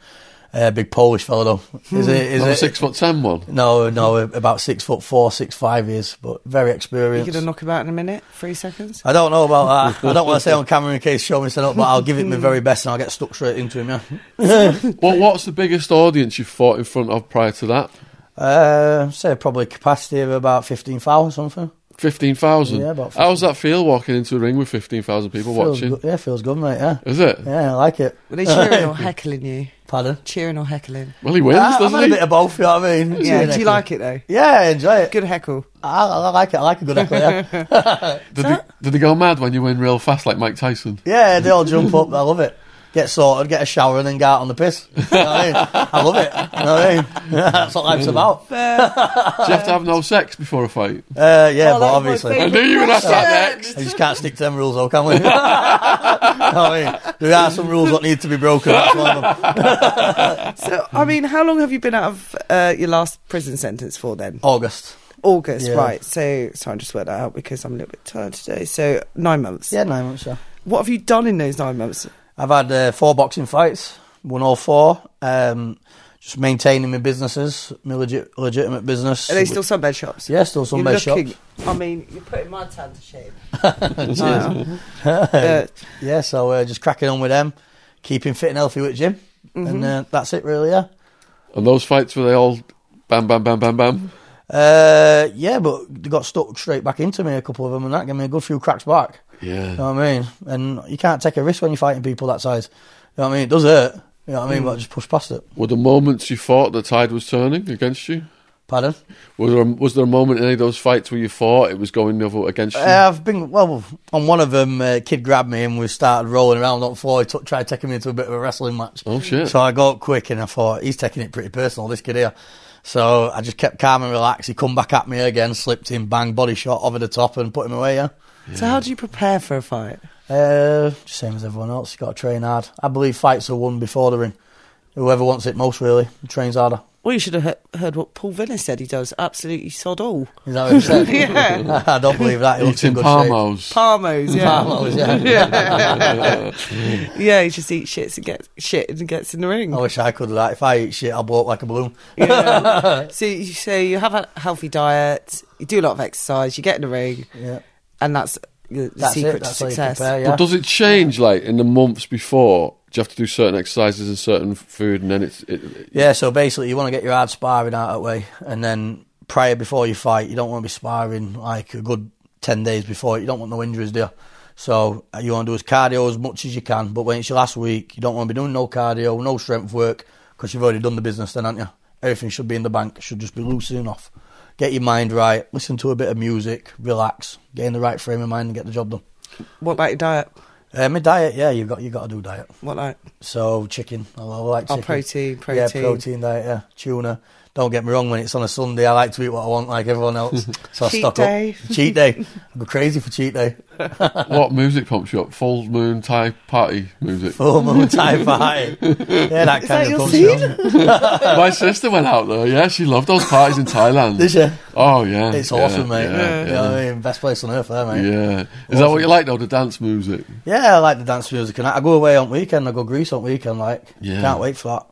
Uh, big Polish fellow though. Is it? Is
Another
it?
six foot ten one.
No, no. About six foot four, six five years, but very
You're
experienced.
going to knock about in a minute? Three seconds?
I don't know about that. I don't want to say on camera in case show me something up, but I'll give it my very best and I'll get stuck straight into him. Yeah.
Well, what's the biggest audience you fought in front of prior to that?
Uh, say probably capacity of about fifteen thousand or something.
Fifteen thousand.
Yeah, about
How's that feel walking into a ring with fifteen thousand people
Feels
watching?
good- yeah, feels good, mate. Yeah,
Is it?
yeah, I like it.
Were they cheering or heckling you?
Pardon.
Cheering or heckling?
Well, he wins,
Ah, I've
doesn't
had
he?
a bit of both. You know what I mean?
Yeah, do you like it though?
Yeah, I enjoy it.
Good heckle.
I, I like it. I like a good echo. Yeah,
Did, they, did they go mad when you win real fast, like Mike Tyson?
yeah, they all jump up. I love it. Get sorted, get a shower, and then go out on the piss. You know what I, mean? I love it. You know what I mean? That's what life's about. Uh,
Do you have to have no sex before a fight?
yeah, but
Oh, that was my
I
obviously.
favourite
knew you were going to ask that
question.
next.
I just can't stick to them rules, though, can we? I mean, there are some rules that need to be broken. That's one of them.
So, I mean, how long have you been out of uh, your last prison sentence for then?
August.
August,
Yeah.
right. So, sorry, I just worked that out because I'm a little bit tired today. So, nine months.
Yeah, nine months. Yeah.
What have you done in those nine months?
I've had uh, four boxing fights, won all four. Um, just maintaining my businesses, my legit, legitimate business.
Are they still sunbed shops?
Yeah, still some best
You're
shops.
looking- I mean, you're putting my tan to shame. Wow. Uh,
Yeah, so uh, just cracking on with them, keeping fit and healthy with Jim, and uh, that's it really. Yeah.
And those fights were they all bam, bam, bam, bam, bam?
Uh, yeah, but they got stuck straight back into me, a couple of them, and that gave me a good few cracks back.
Yeah.
You know what I mean? And you can't take a risk when you're fighting people that size. You know what I mean? It does hurt. You know what I mean? But just push past it.
Were the moments you thought the tide was turning against you?
Pardon?
Was there a, was there a moment in any of those fights where you thought it was going the other against you?
Uh, I've been well on one of them. A kid grabbed me and we started rolling around on the floor. He took, tried taking me into a bit of a wrestling match.
Oh, shit.
So I got up quick and I thought he's taking it pretty personal. This kid here. So I just kept calm and relaxed. He come back at me again, slipped him, bang, body shot over the top, and put him away. Yeah.
So how do you prepare for a fight?
Uh, same as everyone else. You got to train hard. I believe fights are won before the ring. Whoever wants it most really trains harder.
Well, you should have he- heard what Paul Villa said. He does absolutely sod all.
Is that what you said?
Yeah.
I don't believe that. He looks in
Eating
good shape.
palmos.
Palmos, yeah.
Palmos, yeah.
yeah. yeah, he just eats shits and gets shit and gets in the ring.
I wish I could do that. If I eat shit, I'll blow up like a balloon.
Yeah. so, you, so you have a healthy diet, you do a lot of exercise, you get in the ring,
Yeah.
and that's the, the
That's
secret
it. That's
to
how you
success.
prepare, yeah.
But does it change like in the months before? Do you have to do certain exercises and certain food, and then it's it, it-
Yeah, so basically, you want to get your hard sparring out of the way, and then prior before you fight, you don't want to be sparring like a good 10 days before. You don't want no injuries there. So uh, you want to do as cardio as much as you can, but when it's your last week, you don't want to be doing no cardio, no strength work, because you've already done the business then, haven't you? Everything should be in the bank, should just be loosening off. Get your mind right, listen to a bit of music, relax, get in the right frame of mind and get the job done.
What about your diet?
Uh, my diet, yeah, you've got, you got to do diet.
What like?
So chicken, I love- I like
Oh,
chicken. Yeah,
protein, protein.
protein diet. Yeah, tuna. Don't get me wrong. When it's on a Sunday, I like to eat what I want, like everyone else. So I
Cheat
stock
day.
up. Cheat day. I go crazy for cheat day.
what music pumps you up? Full moon Thai party music.
Full moon Oh, Thai party. Yeah, that kind
that
of
your
pumps you
scene?
up.
My sister went out there. Yeah, she loved those parties in Thailand.
Did you?
Oh yeah,
It's
yeah,
awesome, mate.
Yeah,
You know what I mean? Best place on earth, there,
yeah.
mate.
Yeah. Is that what you like though? The dance music.
Yeah. I like the dance music, and I I go away on weekend. I go Greece on weekend. Like,
Yeah.
can't wait for that.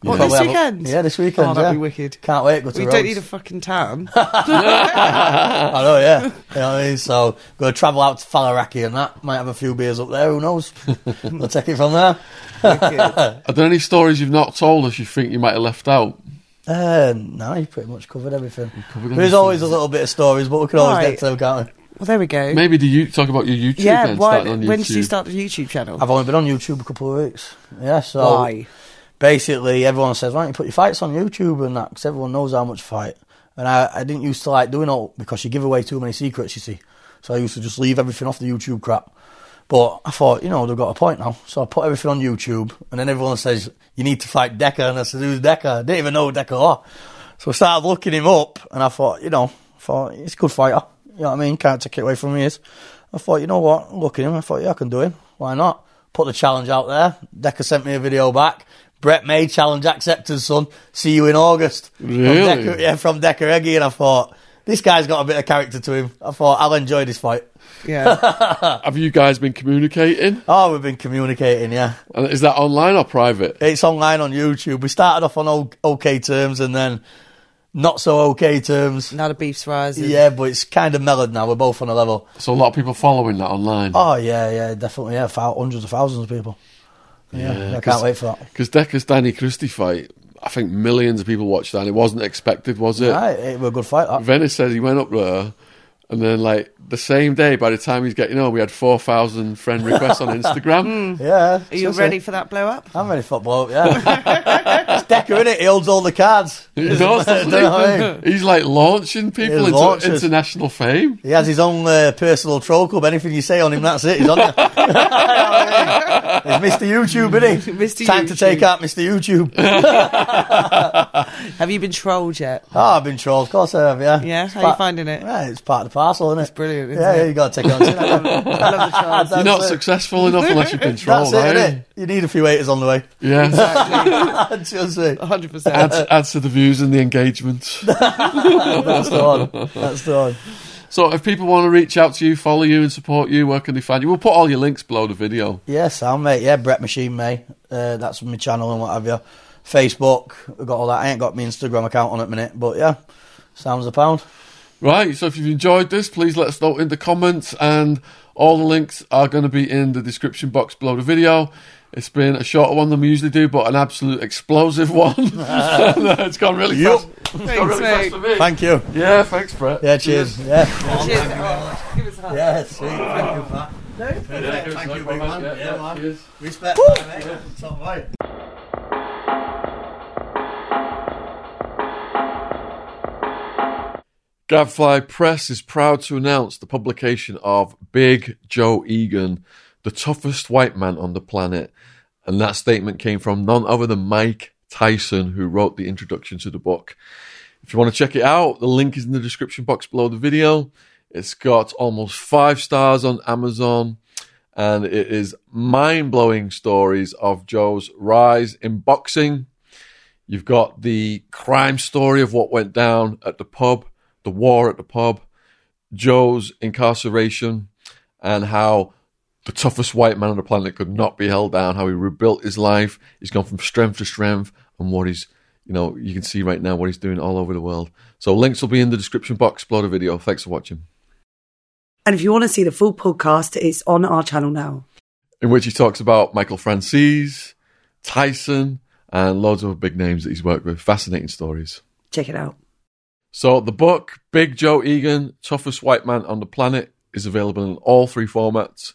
What,
Probably
this
have a-
weekend?
yeah, this weekend.
Oh, that'd
yeah.
be wicked.
Can't wait. Go to
We
Rhodes.
don't need a fucking town.
I know, yeah. You know what I mean? So, going to travel out to Falaraki and that. Might have a few beers up there, who knows? we'll take it from there.
Are there any stories you've not told us you think you might have left out?
Uh, no, you pretty much covered everything.
covered
There's
everything.
always a little bit of stories, but we can always
Right.
get to them, can't we?
well, there we go.
Maybe do you talk about your YouTube?
yeah,
then,
why,
starting on
when did you
YouTube.
start the YouTube channel?
I've only been on YouTube a couple of weeks. Yeah, so
why?
basically everyone says, why don't you put your fights on YouTube and that, because everyone knows how much you fight. And I, I didn't used to like doing all, because you give away too many secrets, you see. So I used to just leave everything off the YouTube crap. But I thought, you know, they've got a point now. So I put everything on YouTube, and then everyone says, you need to fight Decker. And I said, who's Decker? I didn't even know who Decker was. So I started looking him up, and I thought, you know, I thought, he's a good fighter. You know what I mean? Can't take it away from me. Is. I thought, you know what? Look at him. I thought, yeah, I can do him. Why not? Put the challenge out there. Decker sent me a video back. Brett May challenge accepted, son. See you in August. From
Really?
Decker- yeah, from Decker Eggy. And I thought, this guy's got a bit of character to him. I thought, I'll enjoy this fight.
Yeah.
Have you guys been communicating?
Oh, we've been communicating, yeah.
And Is that online or private?
It's online on YouTube. We started off on o- okay terms and then not so okay terms.
now the beef's rising.
Yeah, but it's kind of mellowed now. We're both on a level.
So a lot of people following that online.
Oh, yeah, yeah, definitely. Yeah, thou- hundreds of thousands of people. Yeah,
Yeah,
I
'cause-
can't wait for that.
Because Decker's Danny Christie fight, I think millions of people watched that. And it wasn't expected, was it?
Right, it was a good fight. That.
Venice says he went up there, and then like the same day, by the time he's getting home, we had four thousand friend requests on
Hmm.
Instagram.
Yeah.
Are you
so- so-
ready for that blow up?
I'm ready for blow up, yeah. it's Decker, innit? He holds all the cards.
He knows, doesn't
Don't know what I mean?
he? He's like launching people
He
into
launches.
international fame.
He has his own uh, personal troll club. Anything you say on him, that's it. He's on you. You know what I mean? It's Mr. YouTube, isn't he?
Mr.
Time to
YouTube.
take out Mr. YouTube.
Have you been trolled yet?
Oh, I've been trolled. Of course I have, yeah.
Yeah?
It's
How you finding it?
Yeah, it's part of the parcel, isn't it? It's
brilliant, isn't
yeah,
it?
yeah, you got to take it on.
I love the trolls.
You're not
it.
successful enough unless you've been
That's
trolled,
it,
are you?
innit? You need a few haters on the way.
Yeah.
Just me.
100%.
adds, adds to the views and the engagement.
That's the one. That's the one.
so if people want to reach out to you, follow you, and support you, where can they find you? We'll put all your links below the video.
Yeah, Sam, mate. Yeah, Brett Machine May. Uh, that's my channel and what have you. Facebook, I've got all that. I ain't got my Instagram account on at the minute, but yeah, Sam's a pound.
Right, so if you've enjoyed this, please let us know in the comments, and all the links are going to be in the description box below the video. It's been a shorter one than we usually do, but an absolute explosive one. it's gone really
Yup.
fast. It's gone really fast
mate.
for me.
Thank you.
yeah, thanks, Brett.
Yeah, cheers. Yeah.
Cheers. Oh, Give us a hug.
Yeah, sweet. Thank you, Matt. Thank you, big man. Yeah, man.
Cheers.
Respect, man, mate. Top right.
Gadfly Press is proud to announce the publication of Big Joe Egan, the toughest white man on the planet. And that statement came from none other than Mike Tyson, who wrote the introduction to the book. If you want to check it out, the link is in the description box below the video. It's got almost five stars on Amazon, and it is mind blowing stories of Joe's rise in boxing. You've got the crime story of what went down at the pub, the war at the pub, Joe's incarceration, and how the toughest white man on the planet could not be held down, how he rebuilt his life. He's gone from strength to strength, and what he's, you know, you can see right now what he's doing all over the world. So, links will be in the description box below the video. Thanks for watching.
And if you want to see the full podcast, it's on our channel now.
in which he talks about Michael Francis, Tyson, and loads of big names that he's worked with. Fascinating stories.
Check it out.
So the book, Big Joe Egan, Toughest White Man on the Planet, is available in all three formats: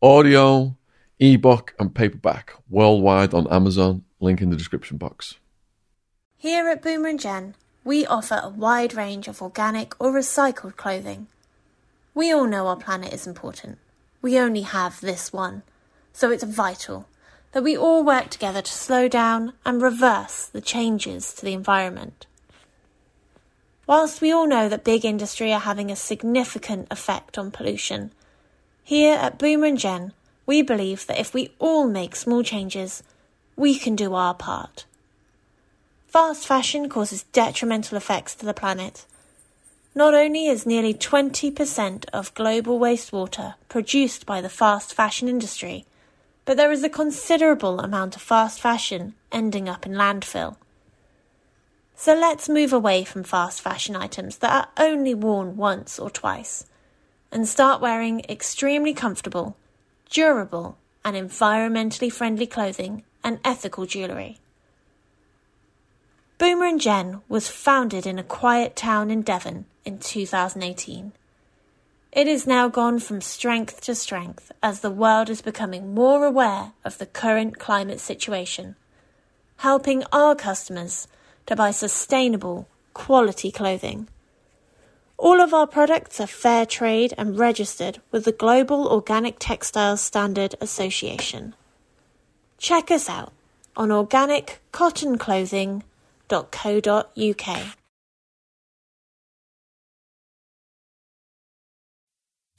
audio, ebook, and paperback, worldwide on Amazon. Link in the description box.
Here at Boomer and Jen, we offer a wide range of organic or recycled clothing. We all know our planet is important. We only have this one. So it's vital that we all work together to slow down and reverse the changes to the environment. Whilst we all know that big industry are having a significant effect on pollution, here at Boomer and Jen, we believe that if we all make small changes, we can do our part. Fast fashion causes detrimental effects to the planet. Not only is nearly 20% of global wastewater produced by the fast fashion industry, but there is a considerable amount of fast fashion ending up in landfill. So let's move away from fast fashion items that are only worn once or twice and start wearing extremely comfortable, durable, and environmentally friendly clothing and ethical jewellery. Boomer and Jen was founded in a quiet town in Devon in 2018. It is now gone from strength to strength as the world is becoming more aware of the current climate situation, helping our customers to buy sustainable, quality clothing. All of our products are fair trade and registered with the Global Organic Textiles Standard Association. Check us out on organiccottonclothing.co.uk.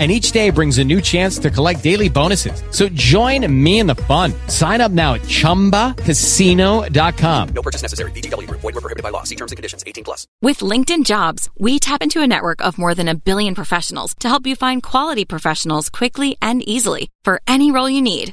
And each day brings a new chance to collect daily bonuses. So join me in the fun. Sign up now at chumbacasino.com.
No purchase necessary. VGW Group. Void were prohibited by law. See terms and conditions. 18
18 plus.
With LinkedIn Jobs, we tap into a network of more than a billion professionals to help you find quality professionals quickly and easily for any role you need.